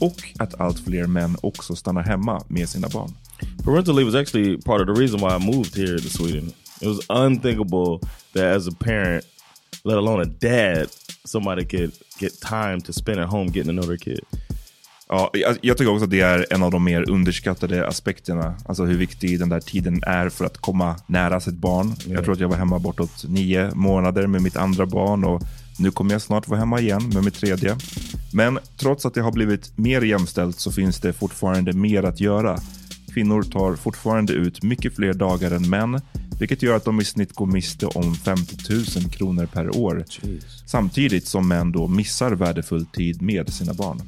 och att allt fler män också stannar hemma med sina barn. Parental leave was actually part of the reason why I moved here to Sweden. It was unthinkable that as a parent, let alone a dad, somebody could get time to spend at home getting to know their kid. Ja, jag- jag tycker också att det är en av de mer underskattade aspekterna. Alltså hur viktig den där tiden är för att komma nära sitt barn. Jag tror att jag var hemma bortåt nio månader med mitt andra barn och nu kommer jag snart vara hemma igen med mitt tredje. Men trots att det har blivit mer jämställt så finns det fortfarande mer att göra. Kvinnor tar fortfarande ut mycket fler dagar än män, vilket gör att de i snitt går miste om 50 000 kronor per år. Samtidigt som män då missar värdefull tid med sina barn.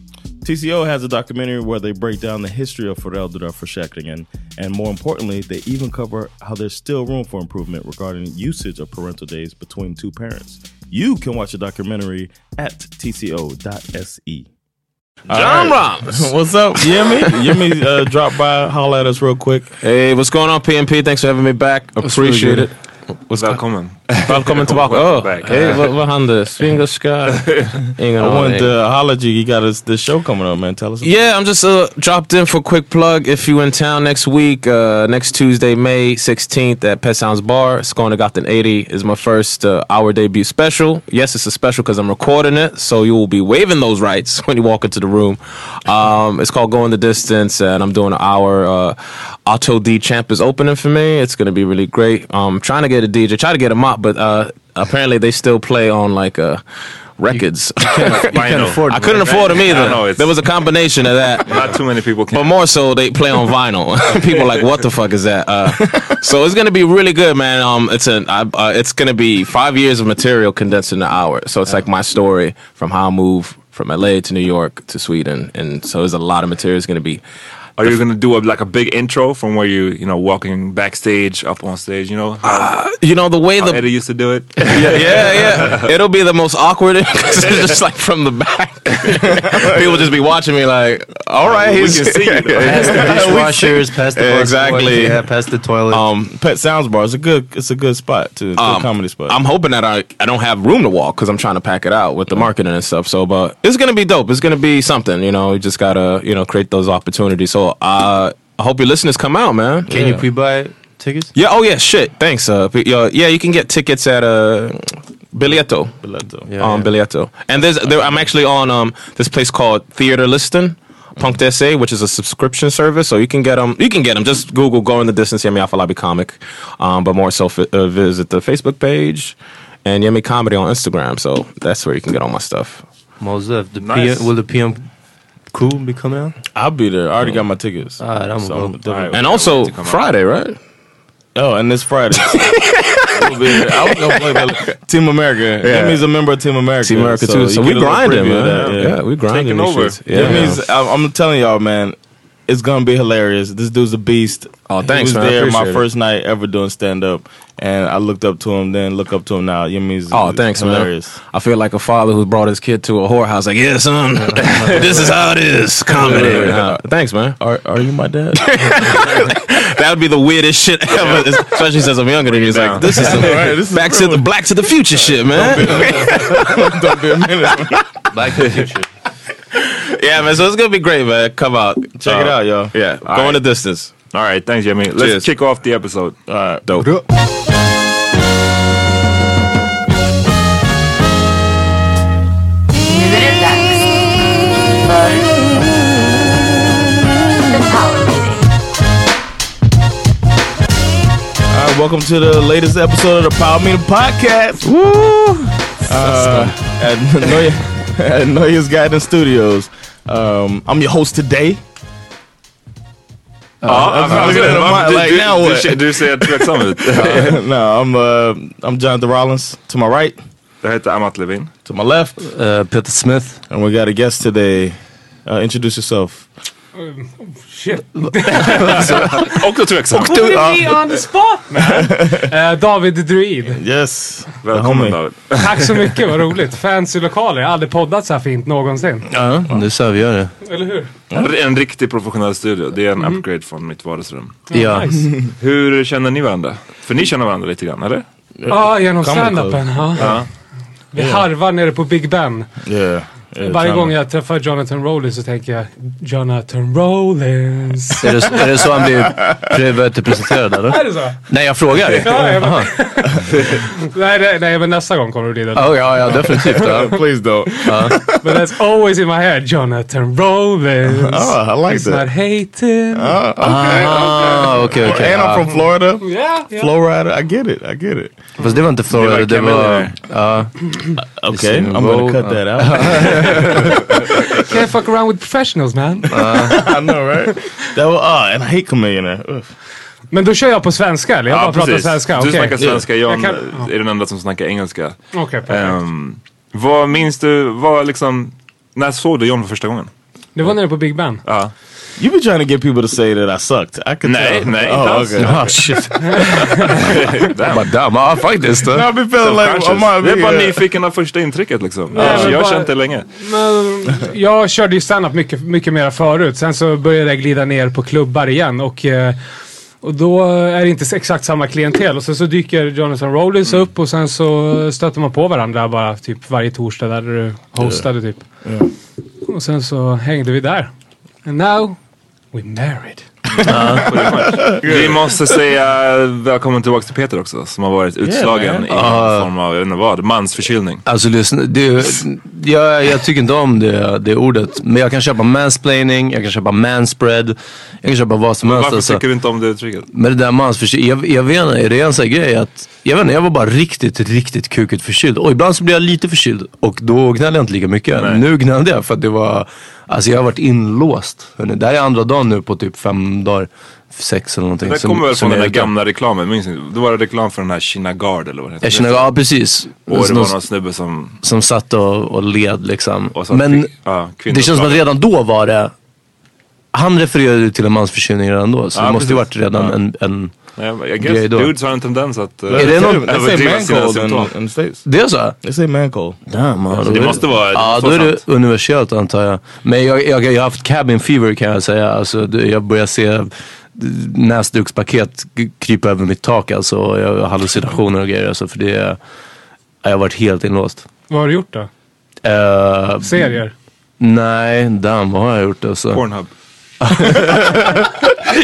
TCO has a documentary where they break down the history of föräldraförsäkringen and, and more importantly, they even cover how there's still room for improvement regarding usage of parental days between two parents. You can watch the documentary at tco.se. John All Rollins. What's up, Yemi? Yemi uh, dropped by, holla at us real quick. Hey, what's going on, PMP? Thanks for having me back. Appreciate it. What's Välkommen. Välkommen tillbaka. Oh, back. hey, vad, vad händer? Swingerska? Ingen I wanted aning. to holla at you. You got us the show coming up, man. Tell us. Oh, Yeah, I'm just uh, dropped in for a quick plug. If you in town next week, uh, next Tuesday, May 16th at Pet Sounds Bar, Skånegatan 80 is my first uh, hour debut special. Yes, it's a special because I'm recording it, so you will be waving those rights when you walk into the room. Um, it's called Going the Distance, and I'm doing an hour. Uh, Otto D Champ is opening for me. It's gonna be really great. Um, trying to get a DJ, try to get a mop, but uh, apparently they still play on like uh, records. afford I couldn't afford them either. there was a combination of that. Not too many people can. But more so, they play on vinyl. People like, what the fuck is that? Uh, so it's gonna be really good, man. Um, it's an, I, uh, it's gonna be five years of material condensed in an hour. So it's like my story from how I moved from LA to New York to Sweden, and so there's a lot of material. It's gonna be Are you gonna do a, like a big intro from where you you know walking backstage up on stage? You know how, you know the way how the Eddie used to do it. yeah, yeah, yeah. It'll be the most awkward because it's just like from the back. People just be watching me like, all right, We he's can see you, though. Past the dishwashers, past the Yeah, busboys, exactly. yeah, past the toilet. Um, Pet Sounds Bar is a good. It's a good spot to it's a good comedy spot. I'm hoping that I, I don't have room to walk because I'm trying to pack it out with the marketing and stuff. So, but it's gonna be dope. It's gonna be something. You know, you just gotta you know create those opportunities. So, uh, I hope your listeners come out, man. Can you pre-buy tickets? Yeah. Oh yeah. Shit. Thanks. Uh. p- yo, yeah. You can get tickets at uh, Bilieto. Billetto. Yeah, um, Bilieto. And there's there, I'm actually on um this place called Theater Listen. Punk SA, which is a subscription service, so you can get them. You can get them. Just Google "Go in the Distance" Yemi Alpha Lobby Comic, um, but more so fi- uh, visit the Facebook page and Yemi Comedy on Instagram. So that's where you can get all my stuff. Moses, the Nice. PM, will the PM Cool, be coming out. Oh. I'll be there. I already got my tickets. All right, I'm So, gonna go. all right. And also come out. Friday, right? Oh, and this Friday. We'll be there. I was gonna play that Team America. Yeah. That means a member of Team America. Team America too. So you we get a little grinding, preview of man. that, yeah. we grinding. Taking these over. shits. Yeah. That means I'm, I'm telling y'all, man. It's gonna be hilarious. This dude's a beast. Oh, thanks, He was man. I there my appreciate it. first night ever doing stand up, and I looked up to him, then look up to him now. You mean he's Oh, thanks, hilarious. man. I feel like a father who brought his kid to a whorehouse. Like, yeah, son, this is how it is. Comedy. Uh, thanks, man. Are Are you my dad? That would be the weirdest shit ever, especially since I'm younger than you. It's like this is some Right, this is back to the Black to the Future shit, man. Don't be a minute. Black to the future. yeah, man. So it's gonna be great, man. Come out, Uh, Check it out, y'all. Yeah, All going right. the distance. All right, thanks, Jimmy. Let's Cheers. kick off the episode. Uh, All right, dope. All right, welcome to the latest episode of the Power Meter Podcast. Woo! Uh, at Noya, at Noya's Guidance Studios. Um, I'm your host today. I'm, I'm looking at the mic like, now what? Du säger att du vet samtidigt. no, I'm uh, I'm Jonathan Rollins to my right, Jag heter Amat Levin. to my left, Uh, Peter Smith. and we got a guest today. Uh, introduce yourself. Shit. Och tveksam. Put uh, me on the spot man! Eh, David Druid. Yes, Välkommen David. Tack så mycket, vad roligt. Fancy lokaler. Jag har aldrig poddat så här fint någonsin. Ja, det är så vi gör det. Eller hur? En riktig professionell studio. Det är Mm. en upgrade från mitt vardagsrum. Ja. Nice. Hur känner ni varandra? För ni känner varandra lite grann, eller? Ja, genom Comedy standupen. Ja. Ja. Vi harvar nere på Big Ben. Yeah. yeah, Varje Jonathan. gång jag träffar Jonathan Rollins så tänker jag Jonathan Rollins. Är det, är det så han blir pre- presenterad Är eller? det så? Nej, jag frågar. Ja, jag bara- Aha. nej, nej, nej, men nästa gång kommer det bli det. Oh, ja, ja, definitivt. Ja. Please don't. But that's always in my head. Jonathan Rollins. Oh, I like He's that. not hating. Uh, okay, Ah, okej, okay. okej. And I'm ja. from Florida. Yeah, yeah. Florida, I get it. I get it. Fast det var inte Florida, det var... Camilla. Ja. Uh, Okay, I'm Vogue, gonna cut uh, that out. Can't fuck around with professionals man. I know, right? That was, uh, and I hate chameleon. Ugh. Men då kör jag på svenska eller? Jag bara pratar svenska. Du Okej. snackar svenska, jag Jag kan- är den enda som snackar engelska. Okej, perfekt. Ehm, vad minns du, vad liksom, när såg du John för första gången? Det var nere på Big Ben. Ja. You be trying to get people to say that I sucked. I could Nej, tell. nej, inte oh, alls. okay. Ah, shit. I'm a dumb. I fight this though. I be feeling like I might Self-conscious. be. Jag är bara uh, nyfiken av första intrycket liksom. Nej, Alltså, men jag har bara- känt det länge. Men jag körde ju stand-up mycket, mycket mera förut. Sen så började jag glida ner på klubbar igen och, eh, och då är det inte exakt samma klientel. Och sen så dyker Jonathan Rollins Mm. upp och sen så stöter man på varandra bara typ varje torsdag där du hostade typ. Och sen så hängde vi där. And now we're married. Vi måste säga välkommen tillbaka till Peter också som har varit utslagen Ah. i någon form av, jag vet inte vad, mansförkylning. Alltså lyssna, det, är- jag, jag tycker inte om det, det ordet. Men jag kan köpa mansplaining, jag kan köpa manspread, jag kan köpa vad som helst. Varför alltså. tycker du inte om det uttrycket? Men det där mansförkyld, jag, jag vet inte, är det en sån här grej att, jag vet inte, jag var bara riktigt, riktigt kukigt förkyld. Och ibland så blir jag lite förkyld och då gnällde jag inte lika mycket. Nej. Nu gnällde jag för att det var, alltså jag har varit inlåst. Hörrni, det här är andra dagen nu på typ fem dagar, sex eller någonting. Det kommer väl från jag den där är ute. gamla reklamen, minns ni? Det var det reklam för den här Kinagard eller vad det heter. Jag känner, ja precis. Och det Någon- var någon snubbe som... som satt och, och led liksom. Och så Men fick- ja, kvinnor det känns som att pratade. redan då var det, han refererade ju till en mansförkylning redan då. Så Ja, det måste ju varit precis. redan Ja. en, en... I Gay guess då. dudes har en tendens att... eh, Är det någon- They say överdriva man sina cold in, symptom. in the States. Det är så? They say man cold. Damn, ja, då det är måste vara- Ja, det då måste är vara det universellt antar jag. Men jag, jag, jag har haft cabin fever kan jag säga. Alltså, det- jag börjar se näsdukspaket g- krypa över mitt tak alltså. Och jag har hallucinationer och grejer alltså. För det, är- jag har varit helt inlåst. Vad har du gjort då? Eh, Serier? nej, damn vad har jag gjort alltså? Pornhub.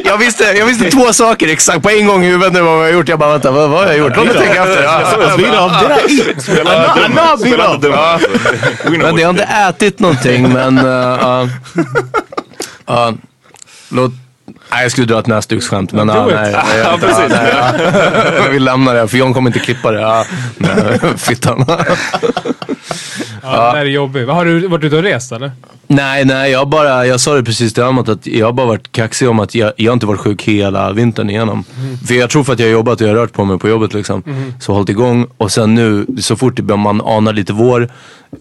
Jag visste, jag visste två saker exakt på en gång i huvudet nu vad jag har gjort. Jag bara vänta, vad, vad har jag gjort? Låt mig tänka efter. Ja. Spela inte Anna, dum. Spela inte dum. We know Men what jag har you inte ätit någonting men... eh, ja. Ja, låt... Nej jag skulle dra ett näsduksskämt men ja, Do it. nej. jag- Ja, precis. Vi lämnar det för John kommer inte klippa det. Ja, nej, fittan. Ja, det där är jobbigt. Har du varit ute och rest eller? Nej, nej, jag bara, jag sa det precis till Amat att jag har bara varit kaxig om att jag, jag har inte varit sjuk hela vintern igenom. För jag tror för att jag har jobbat och jag har rört på mig på jobbet liksom. Så hållit igång och sen nu, så fort det- man anar lite vår,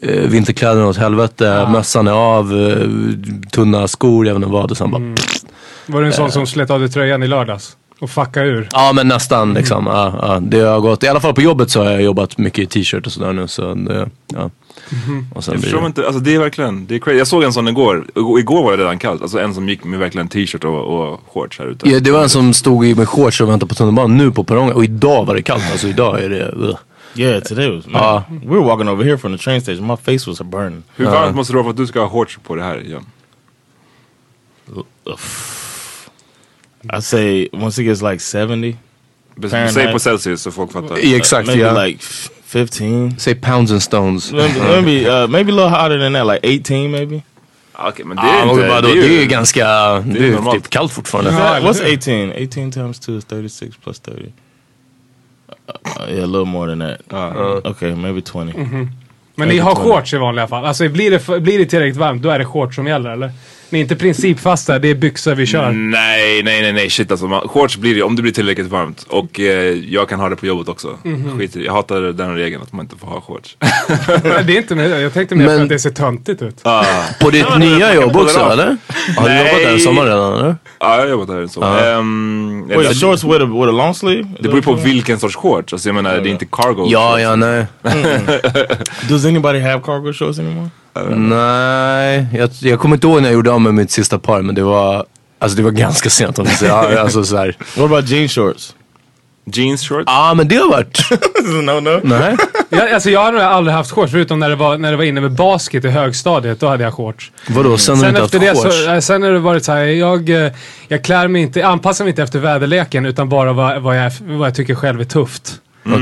eh, vinterkläderna åt helvete, mössan är av, eh, tunna skor, jag vet inte vad. Och sen bara, Var du en sån som slet av dig tröjan i lördags? Och fuckade ur? ja men nästan liksom. Ja, ja, det har gått, i alla fall på jobbet så har jag jobbat mycket i t-shirt och sådär nu. Så det, ja. och sen Jag blir förstår det- inte, alltså det är verkligen, det är crazy. Jag såg en sån igår, Och igår var det redan kallt. Alltså en som gick med verkligen t-shirt och, och shorts här ute. Ja, Alltså, det var en som stod i med shorts och väntade på tunnelbanan nu på perrongen och idag var det kallt. Alltså idag är det... ugh. Yeah, today was. Man, Ah. we were walking over here from the train station. My face was burning. Hur varmt måste det vara för att du ska ha shorts på det här igen? I say once it gets like seventy, Fahrenheit. Säg på Celsius så folk fattar. I exakt maybe ja. like f- fifteen. Säg pounds and stones. Maybe maybe, uh, maybe a little hotter than that, like eighteen maybe. Ah, Okej men det Ja, är men inte, vadå, det är ju ganska... Det är, ju normalt. typ kallt fortfarande. Ja. That- what's I do. 18? 18 times 2 is 36 plus 30. Uh, uh, yeah, a little more than that. okay, maybe 20. Men ni har shorts i vanliga fall? Alltså blir det, för- blir det tillräckligt varmt, då är det shorts som gäller eller? Ni är inte principfasta, det är byxor vi Mm. kör. Nej, nej, nej, nej, shit alltså. Man, shorts blir det om det blir tillräckligt varmt. Och eh, jag kan ha det på jobbet också. Skit i det. Jag hatar den regeln att man inte får ha shorts. Men det är inte med, jag tänkte mer för Men- att det ser töntigt ut. På ditt nya jobb också kolla det. eller? Har du Nej. jobbat den sommaren redan eller? Ja, jag har jobbat här en sommar. Ehm, Wait, alltså, shorts with a, with a long sleeve? Mm. Is det that beror på what you want? vilken sorts shorts. Alltså jag menar, det är inte cargo. Ja, ja, nej. Mm. Does anybody have cargo shorts anymore? Nej, jag, jag kommer inte ihåg när jag gjorde av med mitt sista par men det var... Alltså det var ganska sent om jag säger. Ja, Alltså såhär. What about jean shorts? Jeans shorts. Ja ah, men det har varit... no, no. Nej. Jag, alltså jag har nog aldrig haft shorts, förutom när det, var, när det var inne med basket i högstadiet. Då hade jag shorts. Vadå, sen har Sen du inte efter det haft shorts? så, eh, sen har det varit så här, jag, eh, jag klär mig inte, anpassar mig inte efter väderleken utan bara vad, vad, jag, vad jag tycker själv är tufft.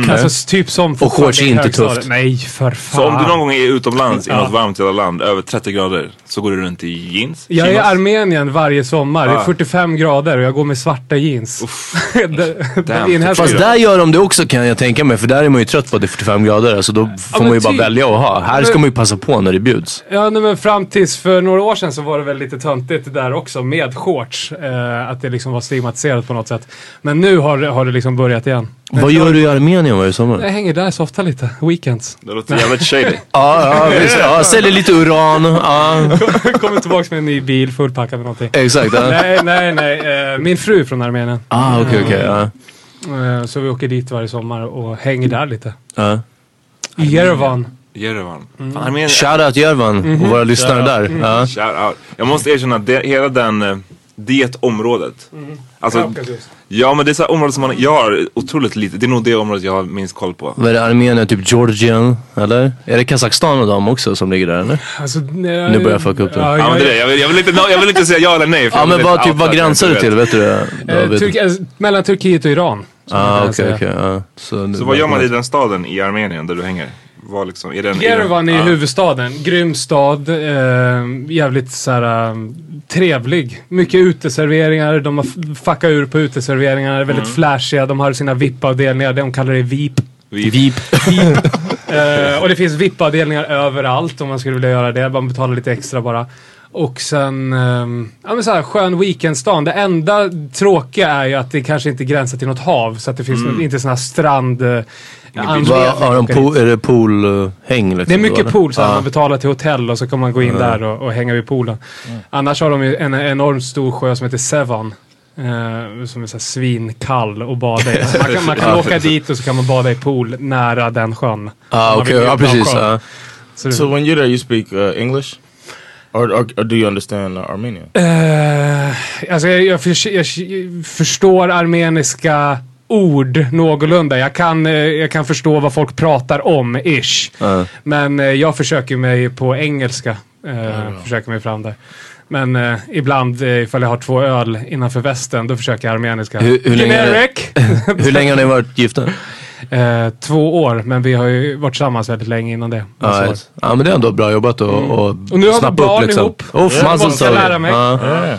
Alltså s- typ som fortfarande Mm. shorts är i inte högstadiet. tufft. Nej, för fan. Så om du någon gång är utomlands i något varmt jävla land, över 30 grader, så går du runt i jeans? jag är i chinos. Armenien varje sommar. Det Ah. är 45 grader och jag går med svarta jeans. Den- den inhemska- Fast där gör de det också kan jag tänka mig, för där är man ju trött på att det är 45 grader. Alltså då får men man ju bara typ. välja att ha. Här ska man ju passa på när det bjuds. Ja, nej, men fram tills för några år sedan så var det väl lite töntigt där också med shorts. Eh, att det liksom var stigmatiserat på något sätt. Men nu har, det- har det liksom börjat igen. Vad gör du i Armenien varje sommar? Jag hänger där så ofta lite. Weekends. Det låter jävligt shady. Ja, ja visst. Ja, säljer lite uran. Ja, Kommer tillbaka med en ny bil fullpackad med någonting. exakt. Ja. Nej, nej, nej. Eh, Min fru är från Armenien. Ah, okej, okej. ja. Eh, Så vi åker dit varje sommar och hänger där lite. ja. I Jerevan. Jerevan. Fan, Armenien. Shoutout Jervan Mhm. och våra lyssnare där. Ja. Shout out. Jag måste erkänna, det, hela den, eh, det området. Alltså, Kaukasus. ja men det är så här områden som man, jag har otroligt lite, det är nog det området jag har minst koll på. Vad är det, Armenien, typ Georgien, eller? Är det Kazakstan och dem också som ligger där eller? Alltså, Nu börjar jag fucka upp det. Ja men det är det, jag vill, jag vill, inte, jag vill inte säga ja eller nej. för Ja jag men vill vad, inte typ, vad outa att gränsar jag det inte till? vet. Vet du Eh, det? Jag vet inte. mellan Turkiet och Iran. skulle man Ah, kunna okej, säga. okej. ja. Så Så vad gör man i den staden i Armenien där du hänger? Vad liksom, är den, Jerevan är ja. huvudstaden. Grym stad. Eh, jävligt så här, eh, trevlig. Mycket uteserveringar. De har f- fuckat ur på uteserveringarna. Väldigt flashiga. De har sina VIP-avdelningar. De kallar det VIP. Vip. Eh, och det finns VIP-avdelningar överallt om man skulle vilja göra det. Man betalar lite extra bara. Och sen, ehm, ja men så här, skön weekendstan. Det enda tråkiga är ju att det kanske inte gränsar till något hav. Så att det finns inte sån här strand... eh, anledning Vad att har de åka pool, dit. är det poolhäng liksom? Det är eller? mycket pool, så här, man betalar till hotell och så kan man gå in där och, och hänga vid poolen. Mm. Annars har de ju en enormt stor sjö som heter Sevan. eh, som är så här svinkall och bada i. Så man kan, man kan åka dit och så kan man bada i pool nära den sjön. Ah, Om man okej, vill ja njuta av precis. sjön. ja. Så det- So when you're there, you speak uh, English? Or, or, or do you understand uh, Armenian? Eh, alltså jag, jag, förs- jag förstår armeniska ord någorlunda. Jag kan, eh, jag kan förstå vad folk pratar om, ish. Men eh, jag försöker mig på engelska. eh, Försöker mig fram där. Men eh, ibland eh, ifall jag har två öl innanför västen, då försöker jag armeniska. Hur- hur länge- Generic! Hur länge har ni varit gifta? Eh, två år, men vi har ju varit tillsammans väldigt länge innan det. Alltså, Ja, ett- ja men det är ändå bra jobbat och, och, Mm. Och nu har vi snappa barn upp liksom. ihop. Uff, Ja, mazel jag ska tov. lära mig. Ja. Yeah.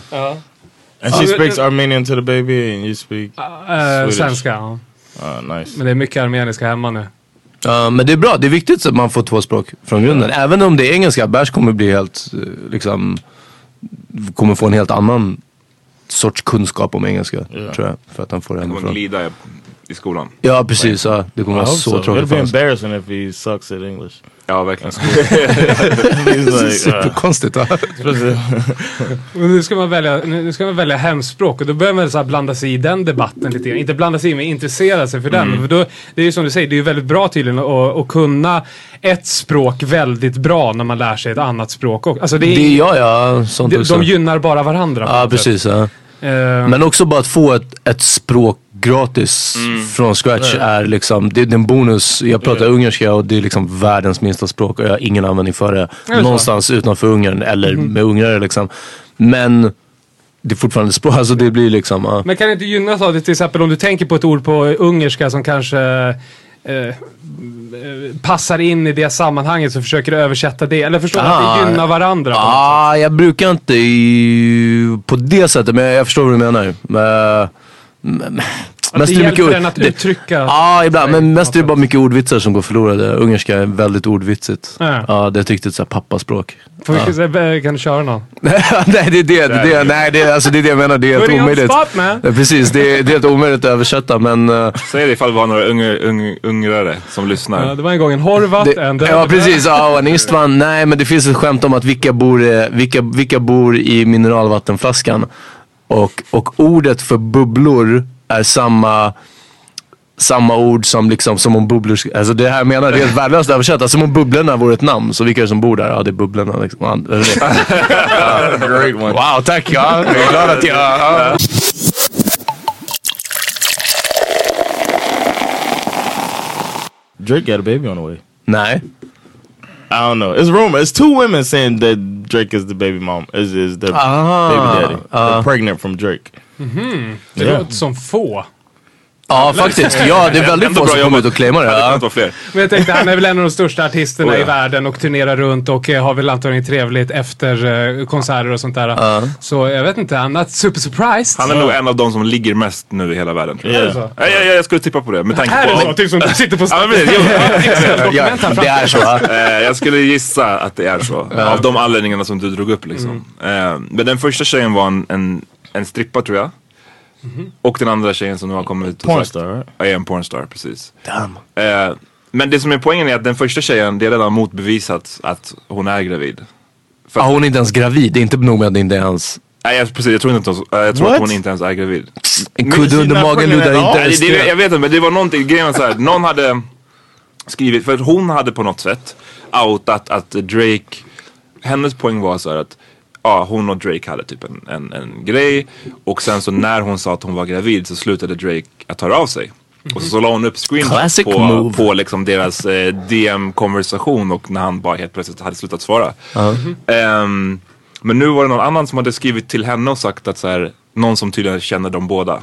And she Uh, speaks Armenian to the baby, and you speak. eh, Swedish. svenska, ja. Uh, nice. Men det är mycket armeniska hemma nu. Ja, men det är bra, det är viktigt så att man får två språk från grunden. Även om det är engelska, bärs kommer bli helt, eh, liksom, kommer få en helt annan sorts kunskap om engelska. Tror jag, för att han får det kommer hemifrån. glida i skolan. Ja precis, ja, det kommer vara så It'd tråkigt be för honom. embarrassing if he sucks at English. Ja, verkligen. He's like, uh, Superkonstigt. va? Och Nu ska, man välja, nu nu ska man välja hemspråk och då börjar man så här blanda sig i den debatten lite grann. Inte blanda sig i, men intressera sig för den. Mm. För då, det är ju som du säger, det är ju väldigt bra tydligen att, att kunna ett språk väldigt bra när man lär sig ett annat språk också. Alltså det är, Det är jag ja, sånt de, också. de gynnar bara varandra. på Ja något sätt. precis. Ja. Eh, Men också bara att få ett, ett språk gratis Mm. från scratch är liksom, det är en bonus. Jag pratar ungerska och det är liksom världens minsta språk och jag har ingen användning för det. det så? Mm. Någonstans utanför Ungern eller med ungrare liksom. Men det är fortfarande ett språk, alltså det blir liksom, ja. Men kan det inte gynnas av det till exempel om du tänker på ett ord på ungerska som kanske eh, eh, passar in i det sammanhanget så försöker du översätta det. Eller förstår du att Ah. det gynnar varandra? på något sätt? Ah, jag brukar inte i, på det sättet, men jag förstår vad du menar. Eh, Men, men, Att mest det är det mycket hjälper ord- en att det- uttrycka. Ja, ibland. Nej, Men mest är det på bara mycket ordvitsar som går förlorade. Ungerska är väldigt ordvitsigt. Ja. Ja, det är ett riktigt såhär pappaspråk. Får vi se- Kan du köra någon? nej, det är det. det, är det. Nej, det, är- alltså, det är det jag menar. Det är helt Putting on omöjligt. spot, man. Ja, precis, det är, det är helt omöjligt att översätta men... eh, Säg det ifall det var några unger, ung, ungrare som lyssnar. Ja, det var en gång en Horvat, en det, ja precis, ja, och en Istvan. Nej men det finns ett skämt om att vilka bor, eh, vilka, vilka bor i mineralvattenflaskan. Och, och ordet för bubblor är samma, samma ord som, liksom, som om bubblor... sk- Alltså det här jag menar det är helt värdelöst översatt. Alltså Som om bubblorna vore ett namn. Så vilka är det som bor där? Ja det är bubblorna liksom. Ja, det är det. Great one. Wow, tack! Ja, jag är glad att jag... Ja. Drake got a baby on the way. Nej. I don't know. It's rumor. It's two women saying that Drake is the baby mom. Is is their Ah, baby daddy? They're pregnant from Drake. Det Ja. låter som få. Ja, faktiskt. Ja, det är väldigt få som kommer ut och claimar det. Det kan Ja. inte vara fler. Men jag tänkte, han är väl en av de största artisterna Oh, ja. i världen och turnerar runt och eh, har väl antagligen trevligt efter eh, konserter och sånt där. Så jag vet inte, I'm not super surprised. Han är nog en av de som ligger mest nu i hela världen. Tror jag. Är det så? Ja, ja, ja, jag skulle tippa på det. Med tanke Här på... är det typ- någonting som du sitter på Ja, men precis. Jag, Ja, det är så. ja. eh, jag skulle gissa att det är så. Av de anledningarna som du drog upp liksom. Eh, men den första tjejen var en, en, en strippa tror jag. Och den andra tjejen som nu har kommit ut och Pornstar, right? sagt, är en pornstar, precis. Eh, men det som är poängen är att den första tjejen, det är redan motbevisat att hon är gravid. Ja, hon är inte ens gravid. Det är inte nog med att det inte är ens... Nej jag, precis, jag tror, inte, att- eh, jag tror att What? hon inte ens är gravid. En kudde under magen pregnant luddar at all. inte Nej, ens det, det, jag det. vet inte men det var någonting, grejen var såhär, någon hade skrivit, för att hon hade på något sätt outat att Drake, hennes poäng var så här att ja, hon och Drake hade typ en, en, en grej och sen så när hon sa att hon var gravid så slutade Drake att höra av sig. Och så, så la hon upp screenshots Classic på, move. på liksom deras eh, DM-konversation och när han bara helt plötsligt hade slutat svara. Ehm, men nu var det någon annan som hade skrivit till henne och sagt att så här, någon som tydligen känner dem båda.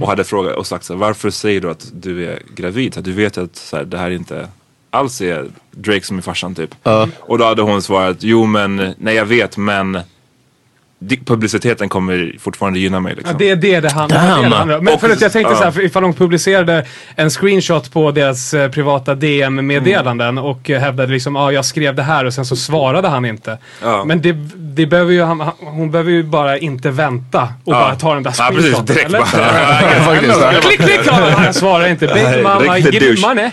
Och hade frågat och sagt så här, varför säger du att du är gravid? Så här, Du vet ju att så här, det här inte alls är Drake som är farsan typ. Och då hade hon svarat, jo men nej jag vet men di- publiciteten kommer fortfarande gynna mig Ja, liksom. det är det det handlar det är det det handlar om. Men Och- förut, jag tänkte ja. så här, för ifall de publicerade en screenshot på deras eh, privata DM-meddelanden Mm. och eh, hävdade liksom, ja, ah, jag skrev det här och sen så svarade han inte. Ja. Men det, det behöver ju, han, han- hon behöver ju bara inte vänta och bara ta den där Ja precis, screenshoten. direkt eller? bara. Ja, Faktiskt, ja. klick, klick! Ja, Han svarar inte. Big mama, riktigt give me douche. money.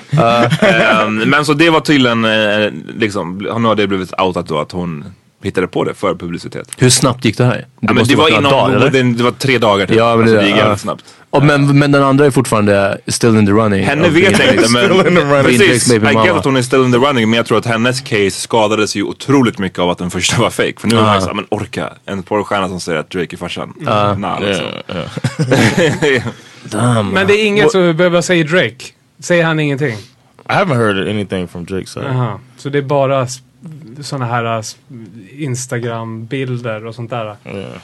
Ehm, men så det var tydligen, eh, liksom, nu har det blivit outat då att hon hittade på det för publicitet. Hur snabbt gick det här? Det, Ja, men måste det var varit några inom, dagar, eller? det, det var tre dagar typ. Ja, men alltså, det- det gick ja. jävligt snabbt. Och men, men den andra är fortfarande still in the running. Henne Av vet jag Beatrix. inte men Beatrix precis, I baby get mama. att hon är still in the running men jag tror att hennes case skadades ju otroligt mycket av att den första var fake. För nu är Ah. man såhär, men orka, en porrstjärna som säger att Drake är farsan. Nah, liksom. Damn. Men det är inget som behöver jag säga Drake. Säger han ingenting? I haven't heard anything from Drake's side. Aha. Så det är bara sådana här äh, s- Instagram-bilder och sånt där.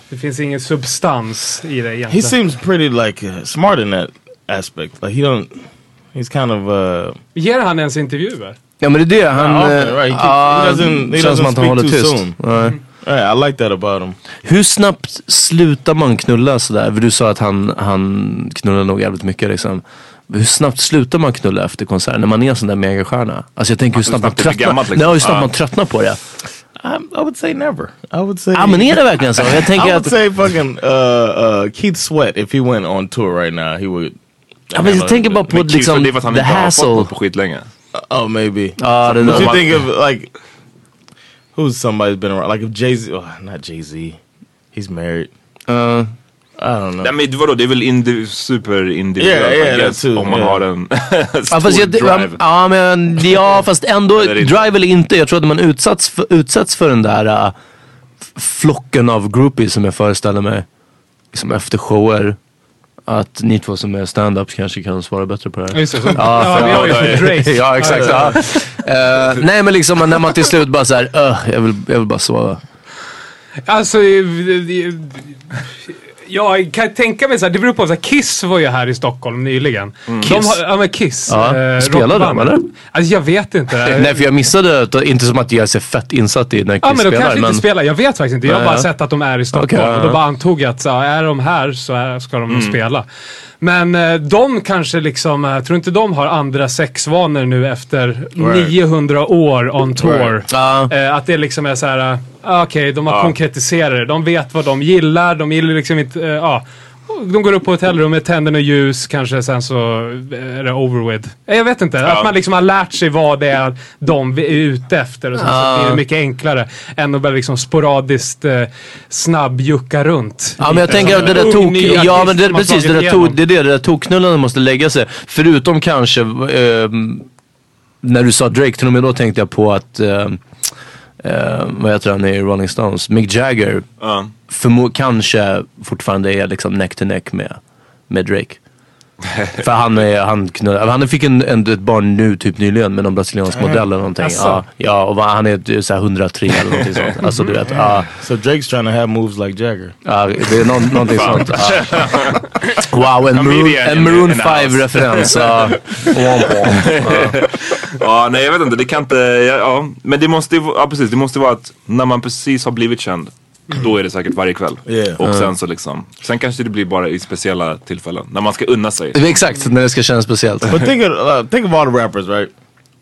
Det finns ingen substans i det He egentligen. seems pretty like uh, smart in that aspect. Like he don't. He's kind of uh, Ger han ens intervjuer? Ja men det är det. Han... Ja, eh, okay, right. He keeps- he ah, doesn't- he känns som doesn't att han speak håller too tyst. soon. Mm. Nej. yeah. I like that about him. Hur snabbt slutar man knulla sådär? För du sa att han, han knullar nog jävligt mycket liksom. hur snabbt slutar man knulla efter konsert när man är en sån där megastjärna? Alltså jag tänker hur Hur snabbt man snabbt det blir tröttnar, gammalt, liksom. Nej, hur snabbt Ja. man tröttnar på det. I, I would say never. I would say. Ja men är det verkligen så? Jag I tänker would att say fucking uh, uh, Keith Sweat. If he went on tour right now, he would. Ja, men jag tänker bara på Men liksom, liksom, det är för att han the inte har fått hassle. något på skit länge. Oh, maybe. Ja, det But där. you think of like who's somebody's been around? Like if Jay Z, oh, not Jay Z, he's married. Uh, I don't know. Nej men vadå, det är väl indi- superindividuellt Yeah, yeah, I guess, that too, om man yeah. har en Ja, fast stor jag, drive. ja, men, ja fast ändå, Eller inte. drive eller inte. Jag tror att man utsatts för, utsätts för den där äh, f- flocken av groupies som jag föreställer mig. Som efter shower. Att ni två som är stand-ups kanske kan svara bättre på det här. Just det, så, Ja, ja, för- vi har ju ja, för ja, Drake. ja exakt. Ja. Eh, nej men liksom när man till slut bara såhär, uh, jag, vill, jag vill bara sova. Alltså, eh, eh, jag kan tänka mig så här, det beror på. Så här, Kiss var ju här i Stockholm nyligen. De har, ja men Kiss. Ja. eh, Spelar de, rockbandet. eller? Alltså jag vet inte. Nej för jag missade, det, inte som att jag är så fett insatt i när Kiss Ja men de spelar. kanske inte spelar. Jag vet faktiskt inte. Jag har Nej, bara ja. sett att de är i Stockholm. Okej, ja, Mm. och då ja. bara antog jag att så, här, är de här så här ska de nog spela. Men eh, de kanske liksom, eh, tror inte de har andra sexvanor nu efter 900 år on tour. Ja. Eh, att det liksom är så här, eh, okej de har Ja. konkretiserat det. De vet vad de gillar. De gillar liksom inte, eh, ja. De går upp på hotellrummet, tänder och ljus, kanske sen så är det over with. Eh, Jag vet inte. Att man liksom har lärt sig vad det är de är ute efter. Och sen så blir det mycket enklare än att bara liksom sporadiskt eh, snabbjucka runt. Ja men jag tänker att det där Ung, tok... ny Ja artist men det, som har precis, det slagit där, to, igenom. det, är det, det där tokknullandet måste lägga sig. Förutom kanske, ehm, när du sa Drake, till och med då tänkte jag på att, ehm, eh, vad heter han i Rolling Stones, Mick Jagger Ja. förmo- kanske fortfarande är liksom neck to neck med, med Drake. För han, är, han, knullar, han fick en, en, ett barn nu typ nyligen med någon brasiliansk modell eller någonting. Ja, Asså. ja, och vad- han är såhär 103 eller någonting sånt. Alltså du vet. ja. so Drake's trying to have moves like Jagger. Ja, det är någon, någonting sånt. Ja. Wow, en En Maroon, media en in- Maroon in the 5-referens. Ja. Womp womp. Ja, nej jag vet inte, det kan inte, ja, ja. men det måste ju, vara- ja precis, det måste vara att när man precis har blivit känd, då är det säkert varje kväll. Yeah. Och sen så liksom, sen kanske det blir bara i speciella tillfällen, när man ska unna sig. Det är Exakt, när det ska kännas speciellt. But think of uh, think of all the rappers, right?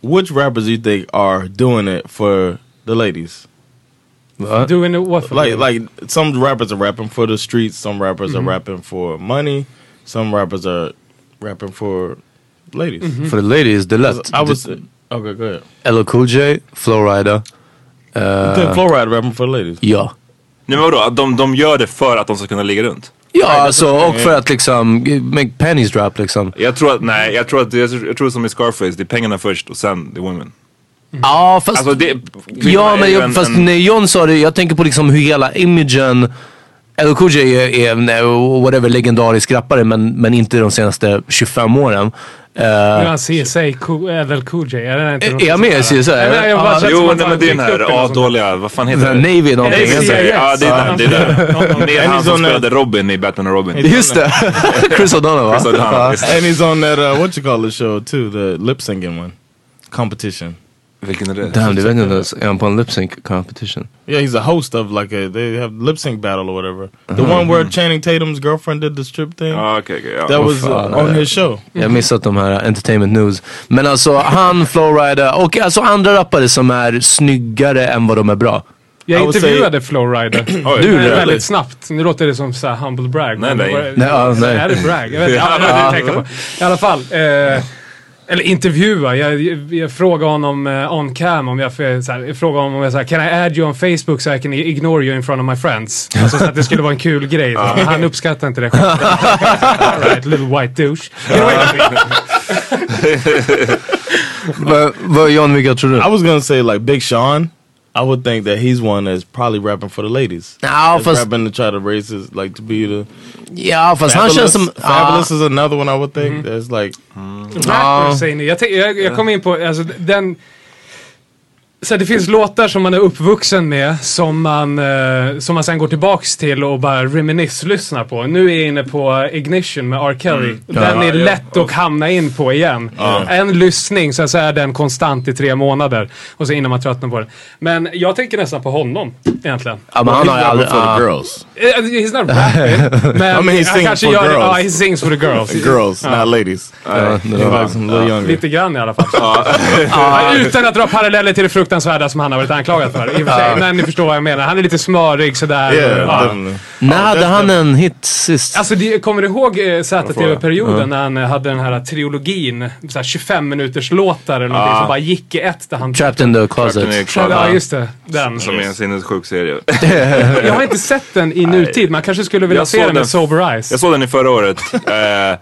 Which rappers do you think are doing it for the ladies? Va? Doing it what for? Uh, Like like some rappers are rapping for the streets, some rappers Mm-hmm. are rapping for money, some rappers are rapping for ladies. Mm-hmm. For the ladies, det är lätt. I was okay, go ahead. LL Cool J, Flowrider. You think Flowrider rapping for the ladies? Ja. Nej men vadå, att de, de gör det för att de ska kunna ligga runt? Ja, alltså och för att liksom, make pennies drop liksom. Jag tror att, nej jag tror att, jag, tror- jag tror som i Scarface, det är pengarna först och sen the women. Ja, fast... Alltså det, Ja, men är ju jag, en- fast en- när John sa det, jag tänker på liksom hur hela imagen LL Cool J är, är nej, whatever, legendarisk rappare men, men inte de senaste 25 åren. Eh, Nu han CSA, Cool- LL Cool J. Är, det inte Är- något Eh, är jag sånt med i där? CSI? Nej, men jag har bara Ja, sett som Jo, att nej han men det är den dykt upp här i något sånt där. avdåliga, vad fan heter The det? Navy Nej, någonting. precis. alltså. Ja det är den, det är den. Det är And han he's som on spelade Robin i Batman och Robin. Alltså, Just det! Chris O'Donnell va? Chris O'Donnell, Ja. just And he's on that uh, what you call the show too, the lip syncing one competition. Vilken är det? Damn, det vet jag inte ens. Är han på en lip sync competition? Yeah, he's a host of like a they have lip sync battle or whatever. The one where Channing Tatum's girlfriend did the strip thing. Ja okej okej. ja. that was fan, uh, uh, on his show. Jag har missat de här uh, entertainment news. Men alltså han, Flowrider och alltså andra rappare som är snyggare än vad de är bra. I Jag would say- intervjuade Flowrider. Oj. Du, Nej, det? väldigt snabbt. Nu låter det som så här humble brag. Nej, Men nej. det var- Nej, ja, nej. Är det brag? Jag vet inte. Ja, det är det jag tänker på. I alla fall. Eh, eller intervjua. Jag, jag, jag frågade honom eh, on cam om jag, så här, jag frågade honom om jag så här, can I add you on Facebook so I can ignore you in front of my friends? Alltså så att det skulle vara en kul grej. Men han uppskattar inte det skämtet. All right, little white douche. Get away from me. Vad- Vad John, vilka tror du? I was gonna say like Big Sean. I would think that he's one that's probably rapping for the ladies. Ja That's fast, rapping to try to raise his like to be the ja, fast han känns Fabulous, som... Fabulous is another one I would think. That's like Rappers säger ni. Jag, tänk- jag, jag kom in på, alltså den... så här, det finns låtar som man är uppvuxen med som man, eh, som man sen går tillbaks till och bara reminisce-lyssnar på. Nu är jag inne på Ignition med R. Kelly. Mm. Den Ja, är ja. lätt att hamna in på igen. En lyssning, sen så är den konstant i tre månader. Och så innan man tröttnar på den. Men jag tänker nästan på honom egentligen. Ja, men han har ju aldrig... for the ja. girls. Eh, He's not rapping, men I mean, he han sings kanske for gör det. girls. Ja, he sings for the girls. Girls, not ladies. Ja, det He var- vibes a little younger. Lite grann i alla fall. Ja, Utan att dra paralleller till det fruktansvärda som han har varit anklagad för. I och för sig. Men ni förstår vad jag menar. Han är lite smörig sådär. Yeah, Ja. definitely. När hade han en hit sist? Alltså, det, kommer du ihåg eh, ZTV-perioden när han eh, hade den här triologin? Så här 25 minuters låtar eller någonting som bara gick i ett. Där han... Trapped in the Captain closet. Eggshell, Ja, just det. Den. Som är en sinnessjuk serie. Jag har inte sett den i nutid. Man kanske skulle vilja Jag se såg den med den- sober eyes. Jag såg den i förra året. Eh,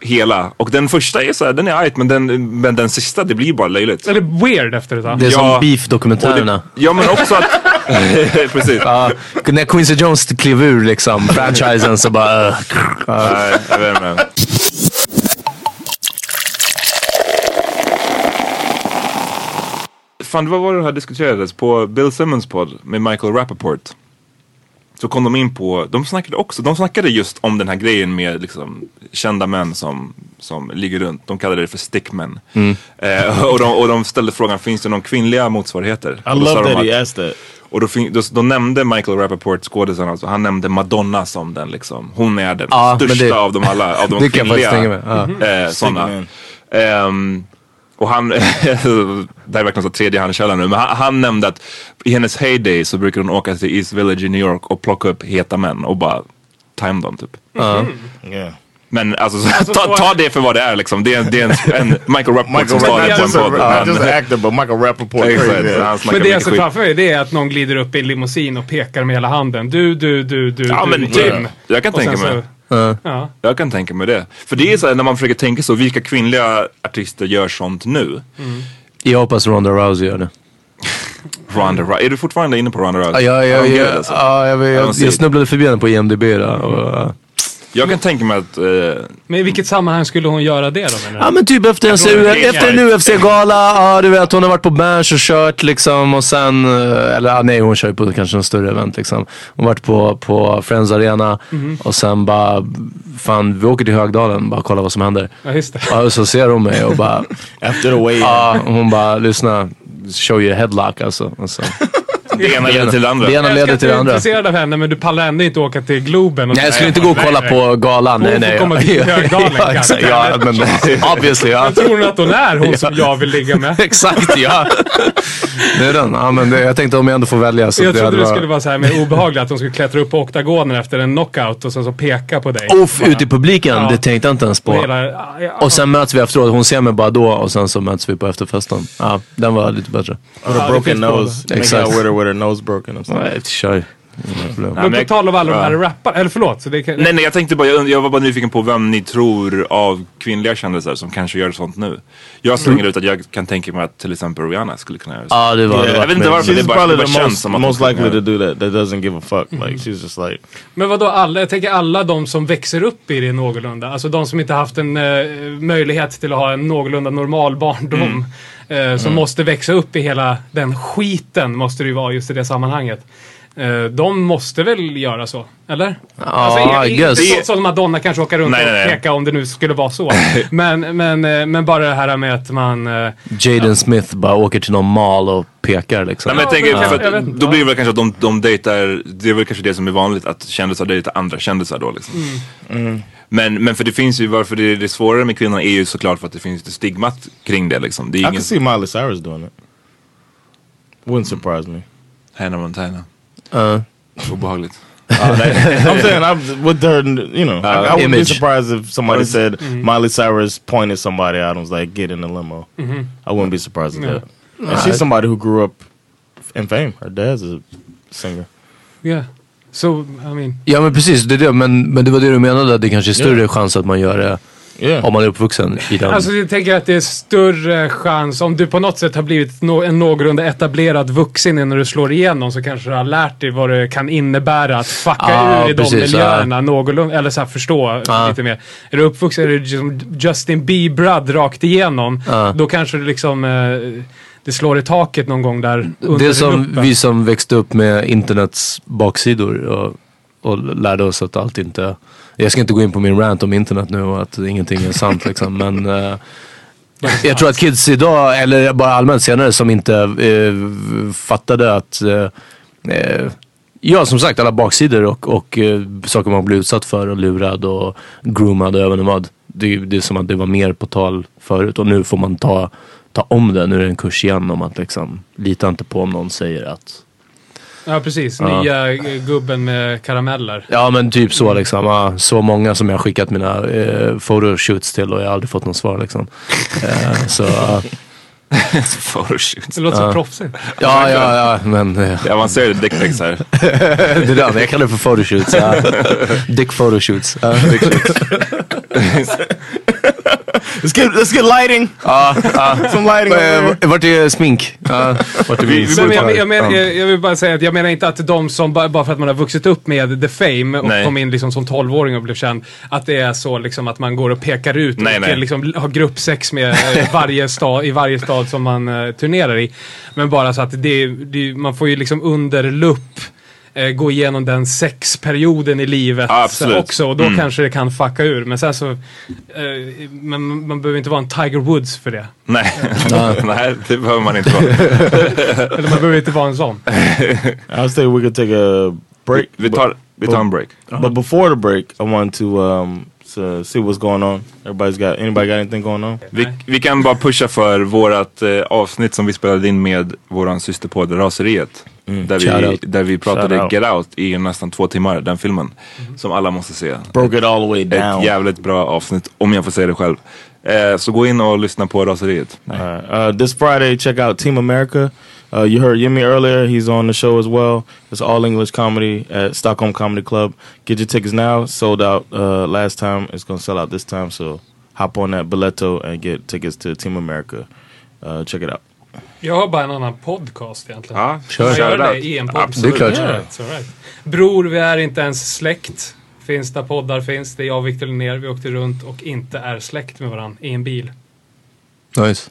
hela. Och den första är så här, den är ajt men den, men den sista det blir bara löjligt. Eller weird efter ett tag. Det är Ja. som beef-dokumentärerna. Ja men också att... Precis. Ja, när Quincy Jones klev ur liksom franchisen så bara... eh, Nej, jag vet inte. Fan, vad var det här diskuterades? På Bill Simmons podd med Michael Rappaport. Så kom de in på, de snackade också, de snackade just om den här grejen med liksom kända män som, som ligger runt. De kallade det för stickmen. Mm. Eh, och, de, och de ställde frågan, finns det någon kvinnliga motsvarigheter? I Och då sa love de that att- he asked that. och då, fin- då, då nämnde Michael Rappaport skådisen alltså, han nämnde Madonna som den liksom. Hon är den Ja, men största det- av de alla, av de det kan jag faktiskt tänka mig. kvinnliga Ja. Mm. eh, sådana. Stickman. Ehm, och han, det här är verkligen så tredjehandskälla nu, men han, han nämnde att i hennes heyday så brukade hon åka till East Village i New York och plocka upp heta män och bara time dem typ. Mm. Yeah. Men alltså, så, ta, ta det för vad det är liksom. Det är, det är en, en Michael Rappaport Michael som sa det Rappaport, på en just, a, podd. not just an men- actor, but Michael Rappaport. Exakt, yeah. han snackar Men det jag mycket ser skit. framför mig det är att någon glider upp i en limousin och pekar med hela handen. Du, du, du, du, Ja du, men typ, jag kan Och sen tänka mig. så- Ja. Jag kan tänka mig det. För det är så här, när man försöker tänka så, vilka kvinnliga artister gör sånt nu? Jag hoppas Ronda Rousey gör det. Ronda Rousey, är du fortfarande inne på Ronda Rousey? Ja, jag, jag, Hon jag, gör det, jag, alltså. ja, jag, jag, jag, ser det. jag snubblade förbi henne på IMDB där. Och, eh, jag kan tänka mig att, eh, Men i vilket sammanhang skulle hon göra det då menar Ja du? men typ efter en, tror det är efter en UFC-gala, ja du vet hon har varit på Berns och kört liksom och sen, eh, eller ja, nej hon kör ju på kanske en större event liksom. Hon har varit på, på Friends Arena Mhm. och sen bara, fan vi åker till Högdalen, bara kolla vad som händer. Ja, just det. Ja, och så ser hon mig och bara, After the wave. ja hon bara lyssna, show you a headlock alltså. Och så, det ena leder till det andra. det ena Jag leder älskar att till du det är andra. intresserad av henne men du pallar ändå inte åka till Globen. Och Nej, jag skulle Nej, inte gå och nej, kolla nej. på galan. Hon Nej, får nej. komma till Högdalen, ja, exakt, kanske. ja, men obviously. Ja. Tror hon att hon är hon som jag vill ligga med? Exakt ja. Det är den. Ja, men det, jag tänkte om jag ändå får välja så Jag det trodde hade det skulle vara så här med obehagligt att hon skulle klättra upp på oktagonen efter en knockout och sen så peka på dig. Uff, ute i publiken. Ja. Det tänkte jag inte ens Och på. hela- ja, ja. Oh, Och sen möts vi efteråt. Hon ser mig bara då och sen så möts vi på efterfesten. Ja, den var lite bättre. with a broken nose. Make out Exactly. with her with her nose broken. I'm sorry. Nej, Kör. Inga problem. Men på men- tal om alla de här Ja. rapparna, eller förlåt. Så det kan, Nej nej jag tänkte bara, jag, und- jag var bara nyfiken på vem ni tror av kvinnliga kändisar som kanske gör sånt nu. Jag slänger ut att jag kan tänka mig att till exempel Rihanna skulle kunna göra så. Mm. Ja, det var det. Jag Var. vet inte varför, det She's bara, det probably bara the känns most, som att most hon skulle likely kunna to göra do that. That doesn't give a fuck. Like she's just like Men vadå alla? Jag tänker alla de som växer upp i det någorlunda. Alltså de som inte haft en eh, möjlighet till att ha en någorlunda normal barndom. Mm. Eh, som måste växa upp i hela den skiten, måste det ju vara just i det sammanhanget. Eh, de måste väl göra så? Eller? Alltså, Ja, I guess. inte så- så som Madonna kanske åker runt Nej, nej, och nej. pekar om det nu skulle vara så. men, men, eh, men bara det här med att man... Eh, Jaden Smith bara åker till någon mall och pekar Nej liksom. men jag Ja, tänker, men- för jag vet att, inte, då ja. blir det väl kanske att de, de dejtar, det är väl kanske det som är vanligt att kändisar dejtar andra kändisar då liksom. Mm. Men, men för det finns ju, varför det, det är svårare med kvinnorna är ju såklart för att det finns ett stigmat kring det liksom. Det är I can ingen see Miley Cyrus doing it. Wouldn't surprise me. Hannah Montana. Ja. Obehagligt. I'm saying I'm with her, you know, I, I wouldn't be Uh, image. surprised if Mm. somebody said Miley Cyrus pointed somebody out and was like, "Get in the limo." I wouldn't be surprised at that. And she's somebody who grew up in fame. Her dad's a singer. yeah. So, I mean... Ja men precis, det är det. Men, men det var det du menade, att det kanske är större chans att man gör det Yeah. om man är uppvuxen i den. Alltså jag tänker att det är större chans, om du på något sätt har blivit nå- en någorlunda etablerad vuxen innan du slår igenom så kanske du har lärt dig vad det kan innebära att fucka Ja, ur i de precis, miljöerna någorlunda, eller så här förstå Ja. lite mer. Är du uppvuxen, är du liksom Justin Bieber rakt igenom, då kanske du liksom eh, det slår i taket någon gång där under Det som luppen. vi som växte upp med internets baksidor och, och lärde oss att allt inte... Jag ska inte gå in på min rant om internet nu och att ingenting är sant liksom, men... eh, jag tror att kids idag, eller bara allmänt senare, som inte eh, fattade att... eh, eh, ja, som sagt, alla baksidor och, och eh, saker man blir utsatt för och lurad och groomad och även och vad. Det, är ju- det är som att det var mer på tal förut och nu får man ta, ta om det. Nu är det en kurs igen om att liksom, lita inte på om någon säger att... Ja, precis. Ja. Nya eh, gubben med karameller. Ja men typ så liksom. Ja, så många som jag har skickat mina eh, photoshoots till och jag har aldrig fått något svar liksom. Eh, så... ja. Photoshoots. Det låter så Ja. proffsigt. Ja, ja, ja, men... eh, Det är avancerade dickpics här. det där, men jag kallar det för photoshoots. Ja. Dick photoshoots. Ja. Let's get let's get lighting. Ja, ja. Some lighting over here. Ah, Eh, Vart är smink? Ah. Ja, er vart är vi? Men jag, jag, men, jag, jag vill bara säga att jag menar inte att de som, ba- bara för att man har vuxit upp med The Fame och Nej. kom in liksom som 12-åring och blev känd, att det är så liksom att man går och pekar ut Nej, och nej. Liksom, har gruppsex med eh, varje stad, i varje stad som man eh, turnerar i. Men bara så att det, det, man får ju liksom under lupp eh, gå igenom den sexperioden i livet Ja, absolut. också och då Mm. kanske det kan fucka ur. Men sen så, eh, men man behöver inte vara en Tiger Woods för det. Nej. Nej, det behöver man inte vara. Eller man behöver inte vara en sån. I was thinking we could take a break. Vi tar, vi tar en break. But before the break, I want to um to see what's going on. Everybody's got anybody got anything going on? Vi, vi kan bara pusha för vårat eh, avsnitt som vi spelade in med våran systerpodd Raseriet. Mm. Där, vi, Shoutout. där vi Shoutout. pratade Get Out i nästan två timmar, den filmen. Mm-hmm. Som alla måste se. Broke it all the way down. Ett jävligt bra avsnitt, om jag får säga det själv. Eh, så gå in och lyssna på Raseriet. Alright. Uh, this Friday, check out Team America. Uh, you heard Yemi earlier. He's on the show as well. It's all English comedy at Stockholm Comedy Club. Get your tickets now. Sold out uh, last time. It's going to sell out this time. So hop on that Boleto and get tickets to Team America. Uh, check it out. Jag har bara en annan podcast egentligen. Ja, Jag gör shoutout. det i en podcast. Absolut. Det är klart. Yeah, it's all right. Bror, vi är inte ens släkt. Finns där poddar finns. Det är jag och Victor Linnér. Vi åkte runt och inte är släkt med varandra i en bil. Nice.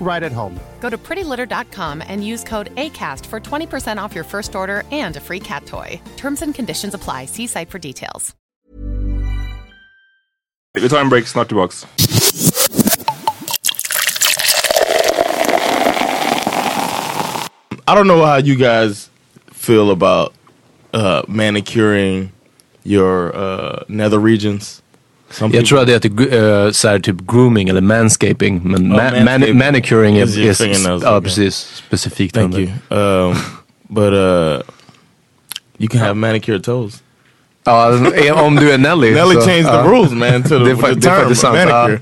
right at home. Go to prettylitter.com and use code ACAST for 20% off your first order and a free cat toy. Terms and conditions apply. See site for details. Vi tar en break, snart tillbaks. I don't know how you guys feel about uh, manicuring your uh, nether regions. Some Jag tror att det heter gr- eh, så här, typ grooming eller manscaping. Men ma- mani- Oh, manscaping. manicuring Is är, your är, fingernails, ja, okay. precis, specifikt. Thank under. you. Um, but uh, you can have manicured toes. Ja, eh, om du är Nelly. Nelly så, changed ja. the rules, man, to the, Det är fa- the det är term faktiskt sant, ja. manicure.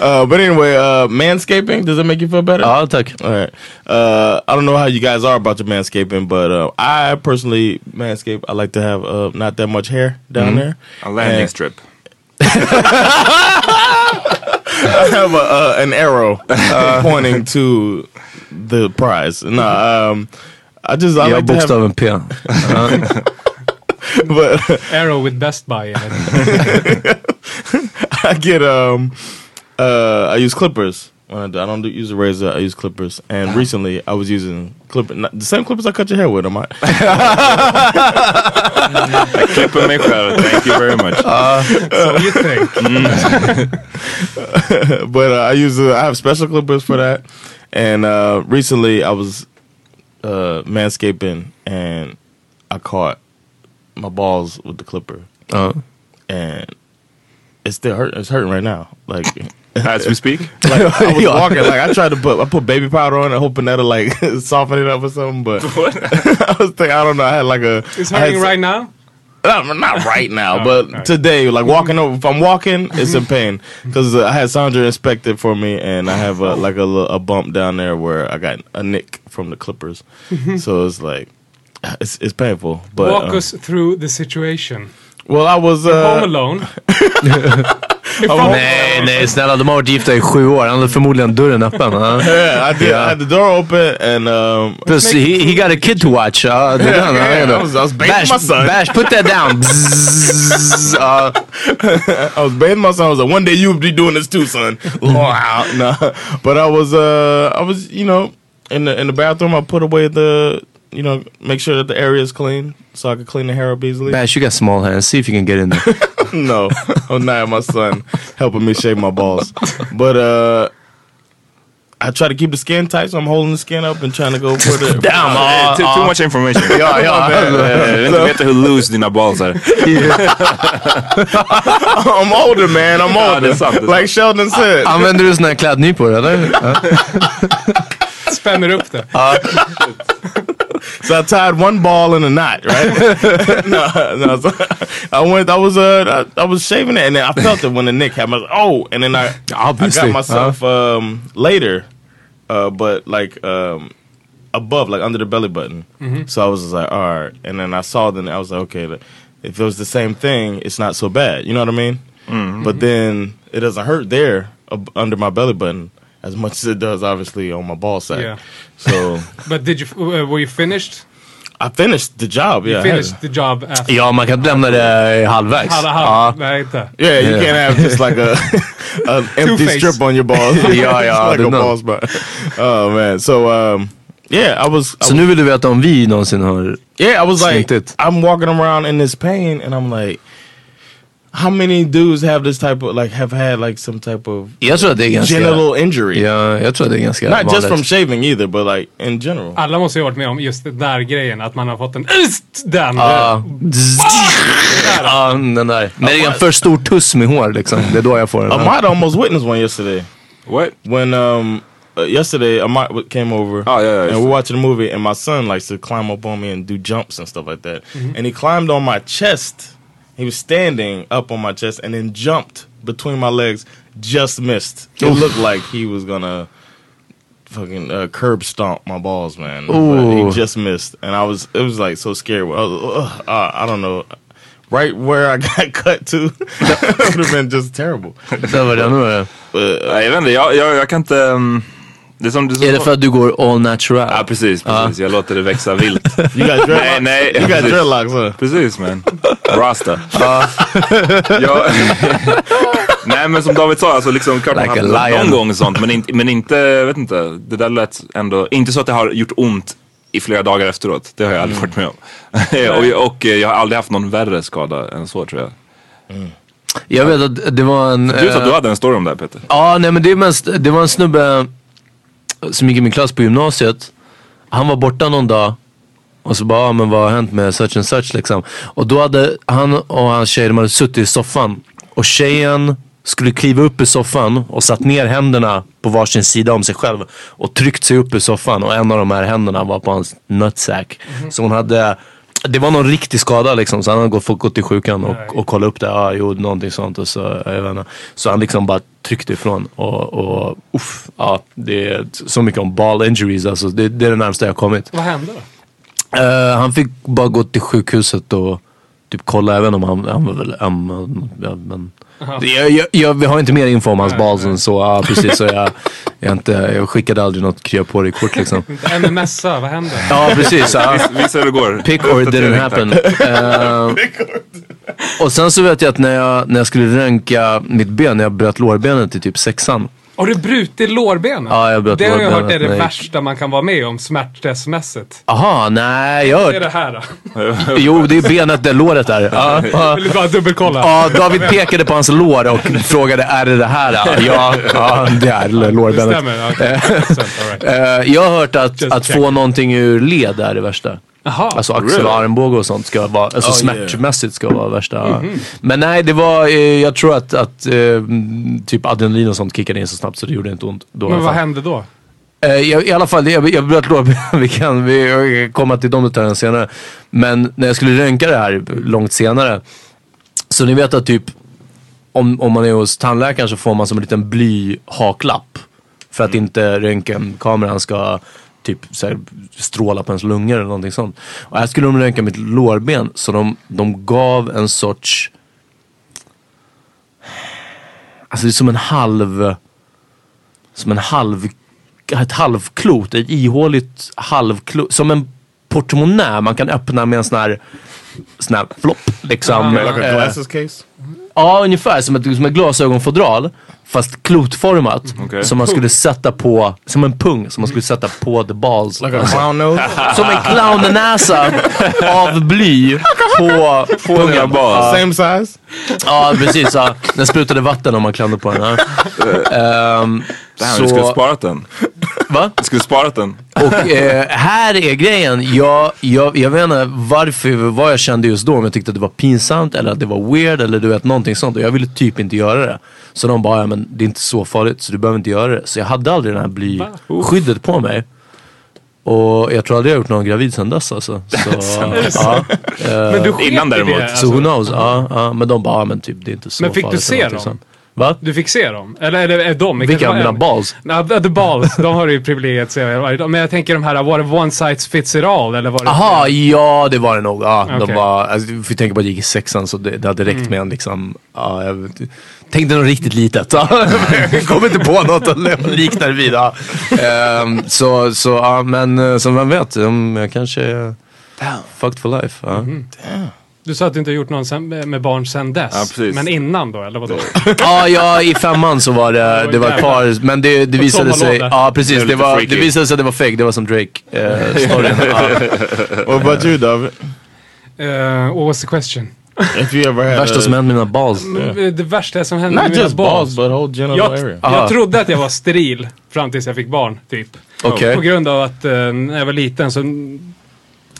uh, but anyway, uh, manscaping, does that make you feel better? Ja, tack. All right. Uh, I don't know how you guys are about your manscaping, but uh, I personally manscape. I like to have uh, not that much hair down there. A landing And- strip. I have a, uh, an arrow uh, pointing to the prize. No, um, I just I Ja, like to have- bokstaven P. Ja. but Arrow with Best Buy in it. I get um uh I use clippers when I do. I don't do, use a razor. I use clippers. And Uh-huh. recently I was using clipper not, the same clippers I cut your hair with. Am I? I klipper mig själv. Thank you very much. Uh, so you think? but uh, I use uh, I have special clippers for that. And uh, recently I was uh, manscaping and I caught my balls with the clipper. Uh-huh. And it's still hurt. It's hurting right now. Like As we speak? Like, I was Yeah. walking. Like I tried to put I put baby powder on it, hoping that'll like soften it up or something. But I was thinking I don't know. I had like a It's I had hurting some- right now? not, not right now, but today, like walking over, if I'm walking, it's a pain because uh, I had Sandra inspect it for me, and I have a, like a little, a bump down there where I got a nick from the Clippers, so it's like uh, it's it's painful. But uh, Walk um, us through the situation. well, I was You're home uh, alone. Oh, nej, nej, snälla. De har varit gifta i sju år. Han hade förmodligen dörren öppen. ja. yeah, I did. I had the door open, and um, Plus, he, he got a kid to watch. ja, det är den, ja, yeah, det är I was I was bathing Bash, my son. bash, put that down. Bzzz, ja. I was bathing my son. I was like, one day you'll be doing this too, son. wow, nah. But I was, uh, I was, you know, in the in the bathroom. I put away the, you know, make sure that the area is clean, so I could clean the hair up easily. Bash, you got small hands. See if you can get in there. no, oh nah, my son helping me shave my balls. But uh, I try to keep the skin tight, so I'm holding the skin up and trying to go for the Damn, too, uh, too much information. Ja, ja, Eh, eh, Du vet hur loose dina balls uh, är. I'm older, man. I'm Ja, older. det är sant, det är like Sheldon said. Använder du sån här klädnypor eller? Ja. Spänner upp det. So I tied one ball in a knot, right? no, no. So I went. I was uh, I, I was shaving it, and then I felt it when the nick happened. I was like, oh, and then I I Obviously, got myself um, later, uh, but like um, above, like under the belly button. So I was just like, all right. And then I saw then I was like, okay, like, if it was the same thing, it's not so bad. You know what I mean? But then it doesn't hurt there ab under my belly button as much as it does obviously on my ball sack. Yeah. So But did you, uh, were you finished? I finished the job. Yeah, You I had it. finished the job after? Ja, man kan inte lämna det halvvägs. Halla, Ja. halla. Nej, inte. Yeah, you Yeah. can't have just like a an empty Two-Face. strip on your balls. Yeah, yeah, I It's like a didn't know. balls but Oh man. So um yeah, I was, I Så was nu vill du veta om vi någonsin har... yeah, I was like Sneaked it. I'm walking around in this pain and I'm like how many dudes have this type of like have had like some type of Jag tror att det är ganska... genital injury? Ja, jag tror att det är ganska Not just from vanligt. shaving either, but like in general. Alla måste ju ha varit med om just den där grejen, att man har fått en Ust! den. Ja, Zzz. Ja, den där. När det är en för stor tuss med hår liksom. Det är då jag får den. Ahmad almost witnessed one yesterday. What? when um uh, yesterday Amat w- came over. Oh, yeah, yeah. And we're watching a movie, and my son likes to climb up on me and do jumps and stuff like that. And he climbed on my chest. He was standing up on my chest and then jumped between my legs. Just missed. It looked like he was gonna fucking uh, curb stomp my balls, man. But Ooh. he just missed, and I was it was like so scared. I, was, ugh, uh, I don't know. Right where I got cut to would have been just terrible. Det var det, nu är det. Nej, jag vet inte, jag, jag, jag kan inte... Um, det är som du sa. Är det för att du går all natural? Ja, Ah, precis. precis. Jag låter det växa vilt. You got nej, dreadlocks. nej. Ah. You got precis. dreadlocks, huh? Precis man. Rasta. Jag- Nej men som David sa, alltså liksom klart Like man har a haft någon lion. gång och sånt men, in, men inte, jag vet inte. Det där lät ändå, inte så att det har gjort ont i flera dagar efteråt. Det har jag Mm. aldrig varit med om. och, jag- och eh, jag har aldrig haft någon värre skada än så tror jag. Jag vet att det var en... Du sa att eh, du hade en story om det här Peter. Ja, nej men det, är mest, det var en snubbe som gick i min klass på gymnasiet. Han var borta någon dag och så bara, ah, men vad har hänt med such and such liksom? Och då hade han och hans tjej, de hade suttit i soffan och tjejen skulle kliva upp i soffan och satt ner händerna på varsin sida om sig själv och tryckt sig upp i soffan och en av de här händerna var på hans nutsack. Så hon hade det var någon riktig skada liksom, så han hade gått, fått gå till sjukan och, och kolla upp det. Ja, jo, någonting sånt och så, jag vet inte. Så han liksom bara tryckte ifrån och, och uff, ja, det är så mycket om ball injuries alltså. Det, det är det närmsta jag har kommit. Vad hände då? Eh, han fick bara gå till sjukhuset och typ kolla, även om han, han var väl öm, men- ja, men Jag, jag, jag, vi har inte mer info om hans balls än så. Ja, precis. Så jag, jag, inte, jag skickade aldrig något kryapårig-kort liksom. En mässa, vad händer? Ja, precis. Ja. Visa hur det går. Pick or it didn't happen. Eh, och sen så vet jag att när jag, när jag skulle röntga mitt ben, när jag bröt lårbenet i typ sexan. Har du brutit lårbenet? Ja, jag bröt det har jag lårbenet hört när är det jag gick. värsta man kan vara med om smärtstressmässigt. Aha, nej, jag har Det är det hört. här då. Jo, det är benet där låret är. Ja, ja. Vill du bara dubbelkolla? Ja, David pekade på hans lår och frågade är det det här? Ja, ja det är lårbenet. Det stämmer, okej. Eh, Jag har hört att, Just att check. få någonting ur led är det värsta. Jaha, alltså axel och really? armbåge och sånt ska vara, alltså Oh, yeah. smärtmässigt ska vara värsta. Men nej, det var, eh, jag tror att, att eh, mm, typ adrenalin och sånt kickade in så snabbt så det gjorde inte ont. Då i alla Men vad fall. hände då? Eh, jag, I alla fall, jag, jag bröt lårbenet. Vi kan vi jag kan komma till de detaljerna senare. Men när jag skulle röntga det här långt senare. Så ni vet att typ om, om man är hos tandläkaren så får man som en liten blyhaklapp. För att inte röntgenkameran ska typ så här, stråla på ens lungor eller någonting sånt. Och här skulle de röntga mitt lårben. Så de, de gav en sorts... Alltså det är som en halv som en halv, ett halvklot, ett ihåligt halvklot, som en portmonnä man kan öppna med en sån här, sån här flopp liksom. like a Eh, glasses case? ja, ungefär som ett, som ett glasögonfodral, fast klotformat. Okej. Som man skulle sätta på, som en pung, som man skulle sätta på the balls. Like a clown nose? Som en clownnäsa av bly på pungen. Ja. Same size? Ja, precis. Ja. Den sprutade vatten om man klämde på den. Ja. Ehm, Damn, du skulle sparat den. Va? Du skulle sparat den. Och eh, här är grejen. Jag, jag, jag vet inte varför, vad jag kände just då. Om jag tyckte att det var pinsamt eller att det var weird eller du vet någonting sånt. Och jag ville typ inte göra det. Så de bara, ja, men det är inte så farligt så du behöver inte göra det. Så jag hade aldrig det här blyskyddet på mig. Och jag tror aldrig jag har gjort någon gravid sedan dess alltså. Så, Sen dess? ja, Eh, Men du sket Innan i det, däremot. alltså. Så who knows. Ja, ja, men de bara, ja, men typ det är inte så Men fick du farligt se eller någonting dem? sånt. Va? Du fick se dem? Eller är det är de? Det Vilka? kanske var Mina en. balls? Nej, the balls. De har ju privilegiet att se varje dag. Men jag tänker de här, var det one size fits it all? Eller var det Aha, ja det var det nog. Ja, de Okej. Mm. var, alltså, vi får tänka på att jag gick i sexan så det, det hade räckt med en liksom, ja, jag vet- tänkte något riktigt litet. jag kom inte på något att likna det vid. Ja. Ehm, så, så ja, men eh, som vem vet, om jag kanske är fucked for life. Ja. Du sa att du inte har gjort någon sen, med barn sen dess. Ja, precis. Men innan då, eller vadå? ja, ja, i femman så var det, det var ett par, men det, det Och visade sig, sommarlov där. ja Det precis, är det, lite var, freaky. det visade sig att det var fake, det var som eh, Drake-storyn. What about you David? Eh, what was the question? If you ever had Värsta a- som hände mina balls. Men Det värsta som hände Not med mina just balls, but whole genital jag, area. jag trodde att jag var steril fram tills jag fick barn, typ. Okej. På grund av att eh, när jag var liten så mm,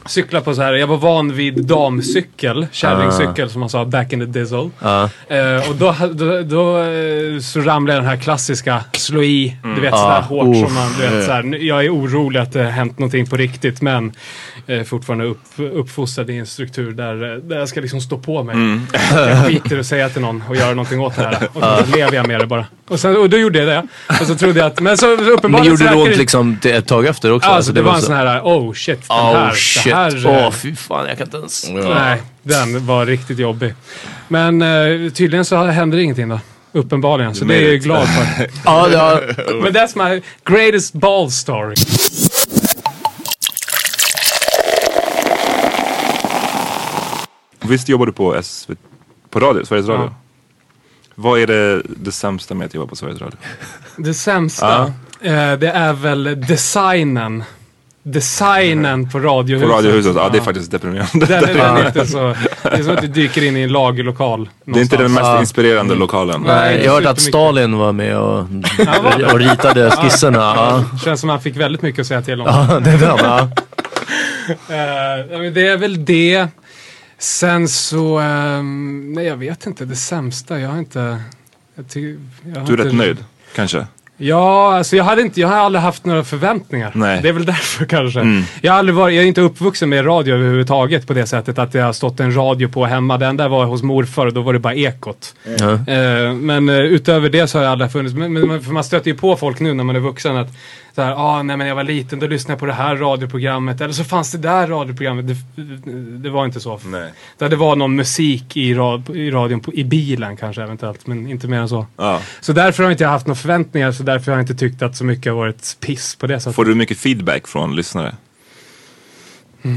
cyklade på så här. Jag var van vid damcykel, Ah. kärringcykel som man sa back in the dizzle. Ja. Eh, och då, då, då eh, så ramlade den här klassiska slå i, Mm. du vet sådär Ah, hårt uff. som man, du vet såhär, nu- jag är orolig att det har hänt någonting på riktigt men eh, fortfarande upp, uppfostrad i en struktur där, eh, där jag ska liksom stå på mig. Mm. Jag skiter och säga till någon och göra någonting åt det här. Och Ah. då lever jag med det bara. Och, sen, och då gjorde jag det. Och så trodde jag att, men så uppenbarligen Men gjorde så det verkar ont liksom till ett tag efter också? Ja, alltså, det, var en så- sån här, oh shit, den Oh här, shit. det här. eh, Åh, fy fan, jag kan inte ens... Nej, den var riktigt jobbig. Men eh, tydligen så händer ingenting då. Uppenbarligen, så You det är made jag ju it. glad för. Ja, det har- Men that's my greatest ball story. Visst jobbar du på SVT, på radio, Sveriges Radio? Ja. Vad är det, det sämsta med att jobba på Sveriges Radio? Det sämsta, eh, det är väl designen. Designen på På Radiohuset. Radiohuset? Ja, det är faktiskt deprimerande. Den, Det är- den är inte så... Det är som att du dyker in i en lagerlokal. det är inte den mest någonstans. inspirerande lokalen. Nej, jag har hört att Stalin var med och, och ritade skisserna. Ja. Känns som han fick väldigt mycket att säga till om. Ja, det är den, ja. Eh, ja, men det är väl det. Sen så, ehm, nej jag vet inte, det sämsta. Jag har inte... Jag ty, jag har Du är inte, rätt nöjd, kanske? Ja, alltså jag, hade inte, jag har aldrig haft några förväntningar. Nej. Det är väl därför kanske. Mm. Jag, har aldrig varit, jag är inte uppvuxen med radio överhuvudtaget på det sättet att jag har stått en radio på hemma. Den där var hos morfar och då var det bara Ekot. Ja. Eh, men eh, utöver det så har jag aldrig funnits. Men, men, men- för man stöter ju på folk nu när man är vuxen att så här, ah, nej men jag var liten, då lyssnade jag på det här radioprogrammet. Eller så fanns det där radioprogrammet. Det, det var inte så. Nej. Det var någon musik i, rad, i radion, på, i bilen kanske eventuellt, men inte mer än så. Ja. Så därför har inte jag haft några förväntningar, så därför har jag inte tyckt att så mycket har varit piss på det sättet. Får du mycket feedback från lyssnare? Mm,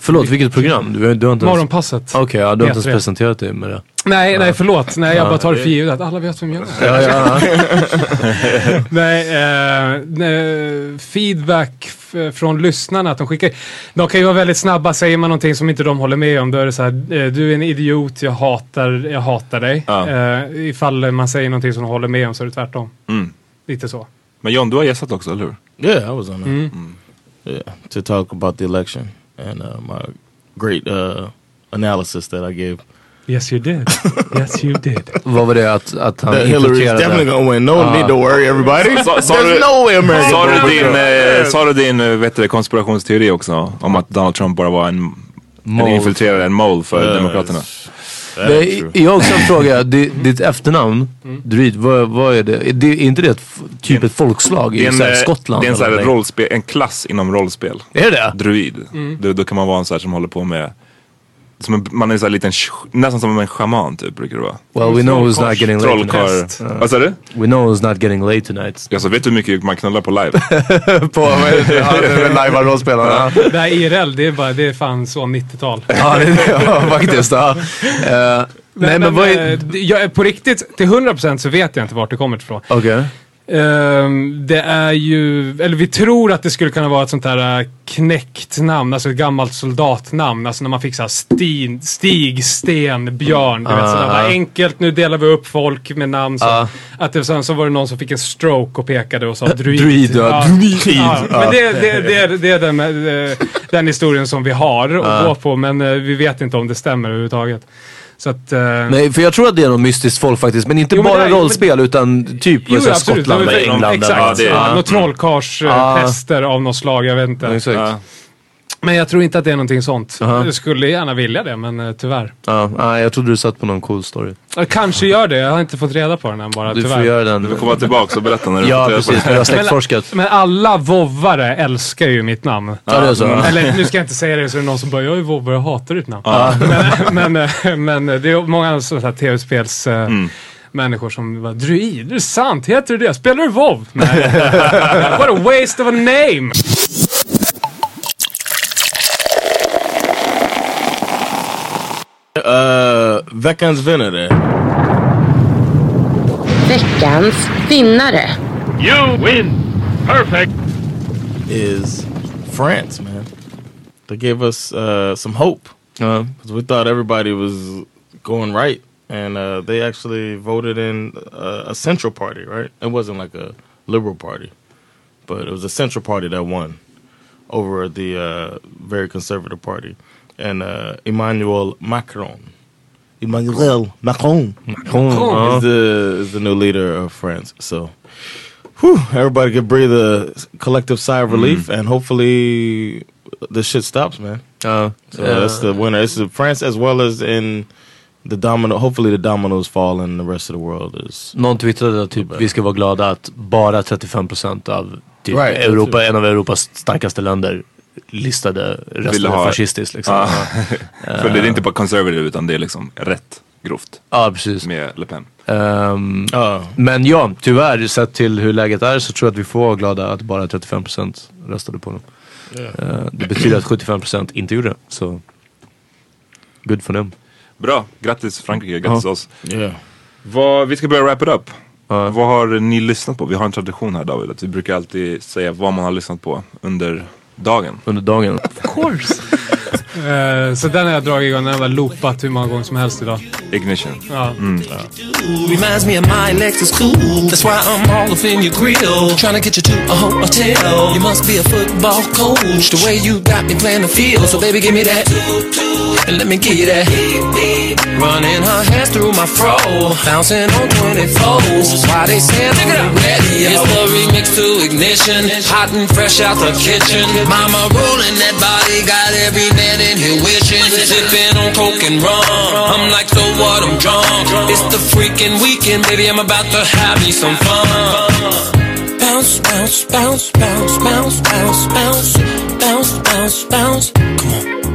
Förlåt, vilket program? Du, du har inte ens- Morgonpasset. Okej, ja, du har inte ens P3. presenterat dig med det. Nej, nej förlåt. Nej, jag Ja, bara tar det det- för givet att alla vet vem jag är. Ja, ja, ja. nej, eh, nej, feedback f- från lyssnarna att de skickar. De kan ju vara väldigt snabba. Säger man någonting som inte de håller med om, då är det så här. eh, Du är en idiot, jag hatar, jag hatar dig. Ja. Eh, ifall man säger någonting som de håller med om så är det tvärtom. Mm. Lite så. Men John, du har gästat också, eller hur? Yeah, I was on there. Mm. Yeah, to talk about the election and uh, my great uh, analysis that I gave. Yes you did. Yes you did. Vad var det att, att han That Hillary is definitely gonna win. No need to worry, Uh, everybody. Sa- sa There's du- no way America Sa will du din, prevail. eh, sa du din eh, vet du, konspirationsteori också? Om att Donald Trump bara var en, en Mole. infiltrerare, en mole för Demokraterna? Det, jag har också en fråga. Di- Ditt efternamn, Druid, vad, vad är det? Är, det? är inte det ett, f- typ ett folkslag i så här, eh, Skottland? det är en, så här eller? rollspel, en klass inom rollspel. Är det Druid. Mm. Då, då kan man vara en så här som håller på med, som en, man är så här liten, sh- nästan som en schaman typ brukar det vara. Well, we know who's not getting late tonight. Uh, Trollkarl. Vad sa du? We know who's not getting late tonight. Alltså vet du hur mycket man knullar på live? på live rollspelarna. Det här IRL, det är, bara, det är fan så 90-tal. Ja, det- ja, faktiskt. Ja. Eh, Nej, nej, men vad är... eh, jag, på riktigt, till 100% så vet jag inte vart det kommer ifrån. Okej. Ehm, det är ju, eller vi tror att det skulle kunna vara ett sånt här äh, knäckt namn, alltså ett gammalt soldatnamn. Alltså när man fick såhär Stig, Stig, Sten, Björn. Du Ah, vet, sådär, bara ah. enkelt, nu delar vi upp folk med namn. Så, Ah. att det, sen så var det någon som fick en stroke och pekade och sa druid. Druid, ja. Ja. Druid. Ja, Men Ah. det, det, det, är- det är den, eh, den historien som vi har att Ah. gå på, men eh, vi vet inte om det stämmer överhuvudtaget. Så att, eh, Nej, för jag tror att det är något mystiskt folk faktiskt. Men inte Jo, men bara det är- jo, men- rollspel utan typ Jo, så här, absolut. Skottland De är eller väl- England. Exakt. eller- Ja, Ja. Mm. Något Ja. trollkarlspester av något slag, jag vet inte. Exakt. Men jag tror inte att det är någonting sånt. Aha. Jag skulle gärna vilja det, men eh, tyvärr. Ja, nej, jag trodde du satt på någon cool story. Jag kanske gör det, jag har inte fått reda på den än bara, Du tyvärr. får göra den. Du får komma tillbaka och berätta när du Ja, precis. När du har släktforskat. Men, men alla vovvare älskar ju mitt namn. Ja, det är så. Eller nu ska jag inte säga det så är det någon som bara, jag är vovvare och hatar ditt namn. Ja. Men, men, eh, men eh, det är många sådana här tv-spels... eh, Mm. Människor som bara, druid, är det sant? Heter du det? Spelar du vov? Nej. What a waste of a name! Uh, veckans vinnare. Veckans vinnare. You win. Perfect. Is France, man. They gave us uh, some hope. Because we thought everybody was going right. And uh, they actually voted in uh, a central party, right? It wasn't like a liberal party, but it was a central party that won over the uh, very conservative party. And uh, Emmanuel Macron. Emmanuel Macron. Macron Macron. is, the, Uh, is the new leader of France. So. Whew, everybody can breathe a collective sigh of relief, and hopefully this shit stops, man. Uh, so uh, that's the winner. It's in France as well as in the domino. Hopefully the dominoes fall, and the rest of the world is. Någon twittrade att typ, vi ska vara glada att bara 35% av typ, Right. Europa, en av Europas starkaste länder listade Vill resten fascistiskt. Liksom. Ja. Ja. För det är inte bara conservative utan det är liksom rätt grovt. Ja, precis. Med Le Pen. Ehm, Men ja, tyvärr sett till hur läget är så tror jag att vi får vara glada att bara 35% röstade på dem. Ja. Eh, det betyder att 75% inte gjorde det. Så good for them. Bra, grattis Frankrike, grattis Ja. oss. Yeah. Vad, vi ska börja wrap it up. Vad har ni lyssnat på? Vi har en tradition här David, att vi brukar alltid säga vad man har lyssnat på under dagen. Under dagen? Of course! Eh, så den har jag dragit igång. Den har jag loopat hur många gånger som helst idag. Ignition. Ja. Mm. Reminds me of my Lexus cool. That's why I'm all up in your grill. Trying to get you to a hotel. You must be a football coach. The way you got me playing the field. So baby, give me that. And let me give you that. Running her hands through my fro. Bouncing on 24s. Why they saying look at the radio. It's the remix to Ignition. Hot and fresh out the kitchen. Mama rolling that body. Got every man in here wishing. Sipping on coke and rum. I'm like, so what? I'm drunk. It's the freaking weekend, baby. I'm about to have me some fun. Bounce, bounce, bounce, bounce, bounce, bounce, bounce, bounce, bounce, bounce. Come on.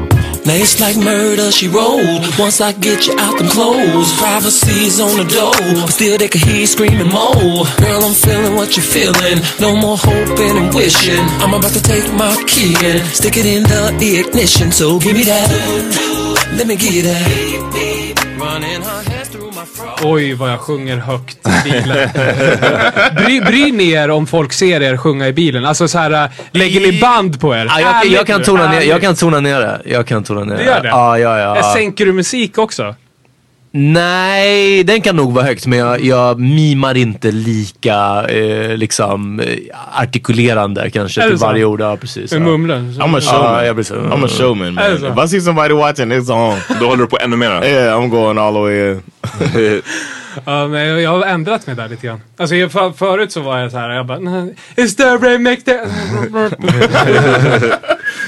Now it's like murder, she rolled. Once I get you out them clothes, privacy's on the door. But still, they can hear you screaming, Mo. Girl, I'm feeling what you're feeling. No more hoping and wishing. I'm about to take my key and stick it in the ignition. So give me that. Let me give you that. Running her hands through my fro. Oj, vad jag sjunger högt i bilen. bry, bryr ni er om folk ser er sjunga i bilen? Alltså så här, äh, lägger ni band på er? Ja, jag, jag, Ärligt kan nu, tona ner, jag ärligt. kan tona ner det. Jag kan tona ner Du gör det? Ja, ja, ja. Eh, Sänker du musik också? Nej, den kan nog vara högt men jag, jag mimar inte lika eh, liksom eh, artikulerande kanske Är det till så? varje ord. Ja, precis. Du ja. mumlar? I'm a showman. Ja, jag blir så. I'm a showman man. If I see somebody watching it's on. Då håller du på ännu mer? Yeah, I'm going all the way in. Ja, men jag- jag har ändrat mig där lite grann. Alltså jag, för, förut så var jag så här, jag bara "Nej, Is there a make the...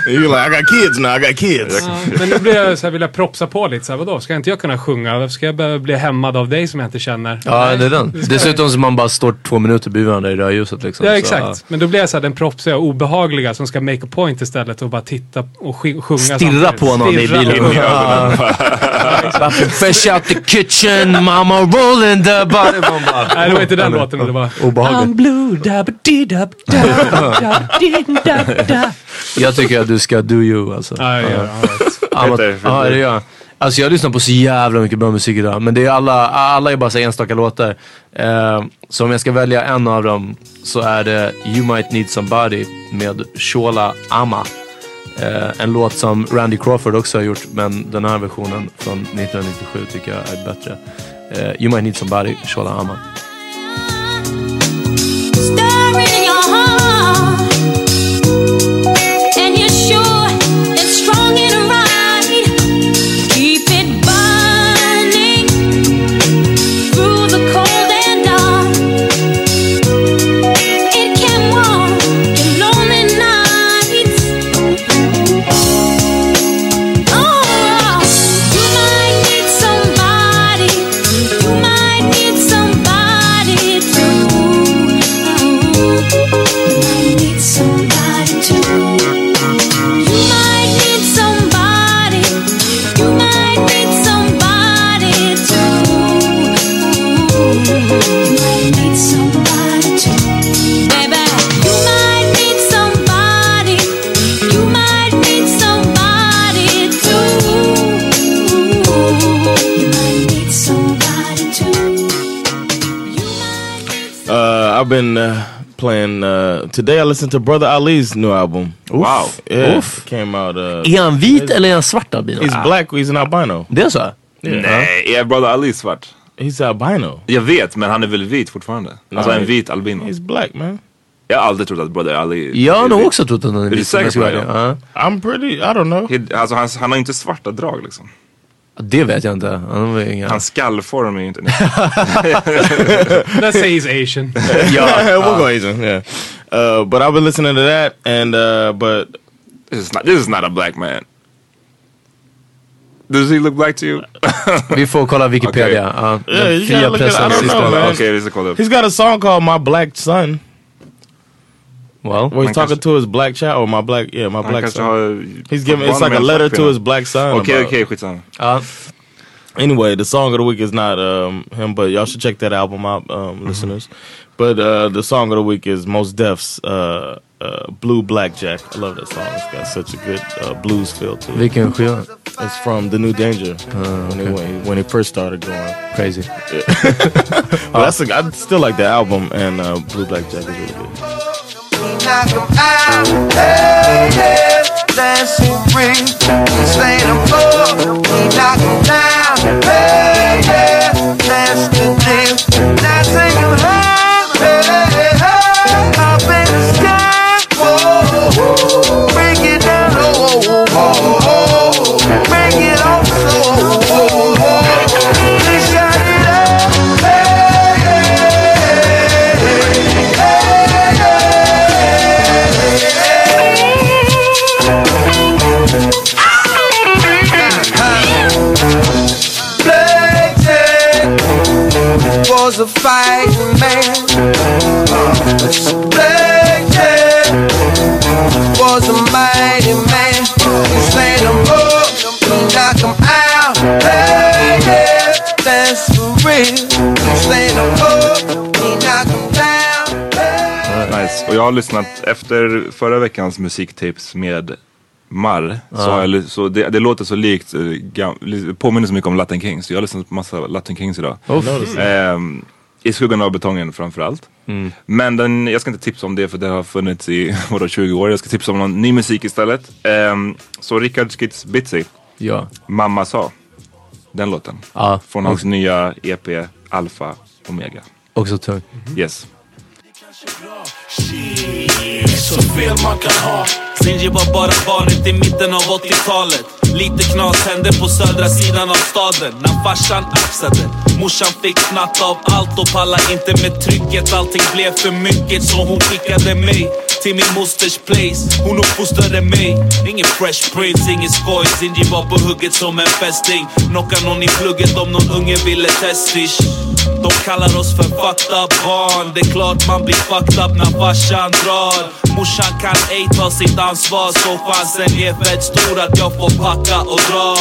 You're like, I got kids now, I got kids. Ja, men nu blir jag så här, vill jag propsa på lite så här, vadå? Ska inte jag kunna sjunga? Varför ska jag behöva bli hämmad av dig som jag inte känner? Ja, det är den. ska- Dessutom så man bara står två minuter bredvid varandra i rödljuset liksom. Ja Så, exakt, men då blir jag så här, den propsiga och obehagliga som ska make a point istället och bara titta och sk- sjunga Stirra på någon i Stirra bilen. på- Ja. Bara, Fresh out the kitchen, mama rolling the body. Man bara- Nej, det var inte den låten. men Det var... Obehagligt. I'm blue, dab, dee, dab, dab, dab, dee, dab, dab. Jag tycker att du ska do you alltså. Ja, ja, Ja, men- ja, det gör jag. Alltså jag lyssnar på så jävla mycket bra musik idag. Men det är alla, alla är bara så här enstaka låtar. Eh, så om jag ska välja en av dem så är det You Might Need Somebody med Shola Ama. Eh, en låt som Randy Crawford också har gjort, men den här versionen från 1997 tycker jag är bättre. Eh, you Might Need Somebody, Shola Ama. in your heart, and you're sure it's strong and right. Keep it burning through the cold and dark. It can warm your lonely nights. Oh, you might need somebody. You might need somebody to. Uh, I've been uh, playing. Uh, today I listened to Brother Ali's new album. Wow. Eh, Yeah, Oof. it Came out. Uh, Är han vit eller är han svart albino? He's black, he's an albino. Det är så? Nej, är Brother Ali svart? He's albino. Jag vet, men han är väl vit fortfarande? alltså Nej. en vit albino. He's black man. Jag har aldrig trott att Brother Ali... Jag har nog också trott att han är Är du vit. om jag säker ska på vara det? ärlig. Ja. I'm pretty, I don't know. He, alltså, han, han har inte svarta drag liksom. Det vet jag inte. Han var inga... Hans skallform är ju inte... Let's say he's asian. yeah, we'll go Asian. Yeah, uh, but I've been listening to that, and uh, but this is not this is not a black man. Does he look black to you? Vi får kolla Wikipedia. Okay. Ja, Yeah, den you fria gotta look at it. I pressens don't know, sista- man. Okej, vi ska kolla upp. he's got a song called "My Black Son." Well, where I he's talking to his black child or my black, yeah, my Han black kanske son. har- He's giving it's barn like med a en letter to svartkvinna. his black son. Okej, about- okej, skitsamma. Anyway, the song of the week is not um, him, but y'all should check that album out, Mm-hmm. um, listeners. But uh, the song of the week is Most Def's uh, uh, "Blue Blackjack." I love that song. It's got such a good uh, blues feel to it. Vilken skiva? It's from The New Danger when, Ah, okay. it, when, it, when it first started going crazy. but that's a, I still like the album and uh, Blue Black Jack is really good. Knock 'em out, hey, hey. dancing ring. Slay them poor, we knock 'em down. Hey, yeah, that's the deal. Now sing 'em high, hey, hey, hey. Up in the sky, whoa. Break it down, oh, oh, oh, oh. Break it off, so, oh, oh, oh. They shut it up, hey, hey, Blazing was a fighting man. Blazing was a mighty man. He slayed 'em up, he knocked 'em out. Hey, yeah, that's for real. He slayed 'em up, he knocked 'em down. Nice. Och jag har lyssnat efter förra veckans musiktips med Marr. Så, Ja. har jag, ly- så det, det låter så likt, eh, gam- li- påminner så mycket om Latin Kings. Så jag har lyssnat på massa Latin Kings idag. Oh, nice. Ehm, I skuggan av betongen framförallt. Mm. Men den, jag ska inte tipsa om det för det har funnits i vadå, 20 år. Jag ska tipsa om någon ny musik istället. Ehm, så Rickard Skits Bitsy, Ja. Mamma sa. Den låten. Ja. Mm. Från hans Också- nya EP Alpha Omega. Också tung. Yes. Så fel man kan ha Zinji var bara barnet i mitten av 80-talet Lite knas hände på södra sidan av staden När farsan axade Morsan fick snatta av allt och pallade inte med trycket Allting blev för mycket så hon skickade mig till min mosters place Hon uppfostrade mig Ingen fresh prince, ingen skoj Zinji var på hugget som en fästing Knocka någon i plugget om någon unge ville testish de kallar oss för fucked up barn Det är klart man blir fucked up när farsan drar Morsan kan ej ta sitt ansvar Så chansen är fett stor att jag får packa och dra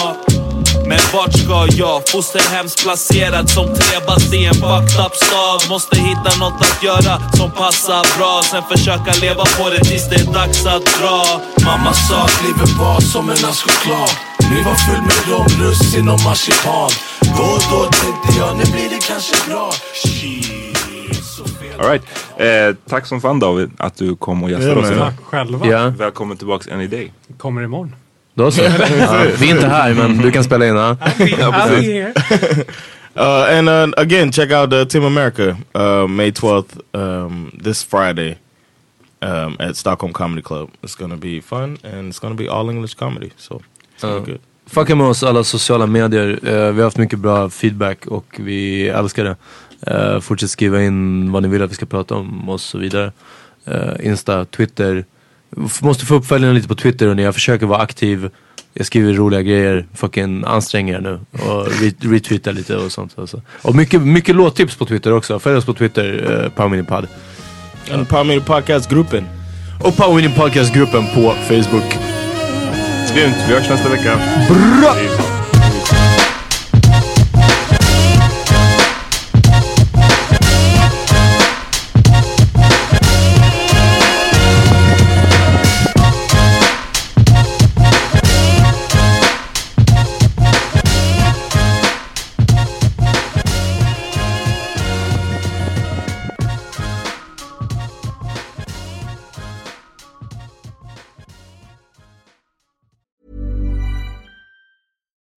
men vart ska jag? Fosterhemsplacerad som trebast i en fucked up stad Måste hitta något att göra som passar bra Sen försöka leva på det tills det är dags att dra Mamma sa att livet var som en ask choklad Nu var full med rom, russin och marsipan Då och då tänkte jag, nu blir det kanske bra Alright. Eh, tack som fan David att du kom och gästade Ja, oss men- idag. Tack själva. Ja. Välkommen tillbaks any day. Kommer imorgon. Då så. ja, vi är inte här men du kan spela in. Ja. I'll be here. Uh, and uh, again, check out uh, Team America uh, May 12th, um, this Friday um, at Stockholm Comedy Club. It's going to be fun and it's going to be all English comedy. So it's going to be good. Fucka med oss alla sociala medier. Eh, vi har haft mycket bra feedback och vi älskar det. Eh, fortsätt skriva in vad ni vill att vi ska prata om och så vidare. Eh, Insta, Twitter. F- måste få upp följarna lite på Twitter och jag försöker vara aktiv. Jag skriver roliga grejer, fucking anstränger er nu och re- retweetar lite och sånt. Alltså. Och mycket, mycket låttips på Twitter också. Följ oss på Twitter, eh, Power Mini Pod. And Power Mini Podcast-gruppen. Och Power Mini Podcast-gruppen på Facebook. Grymt, vi hörs nästa vecka. Bra!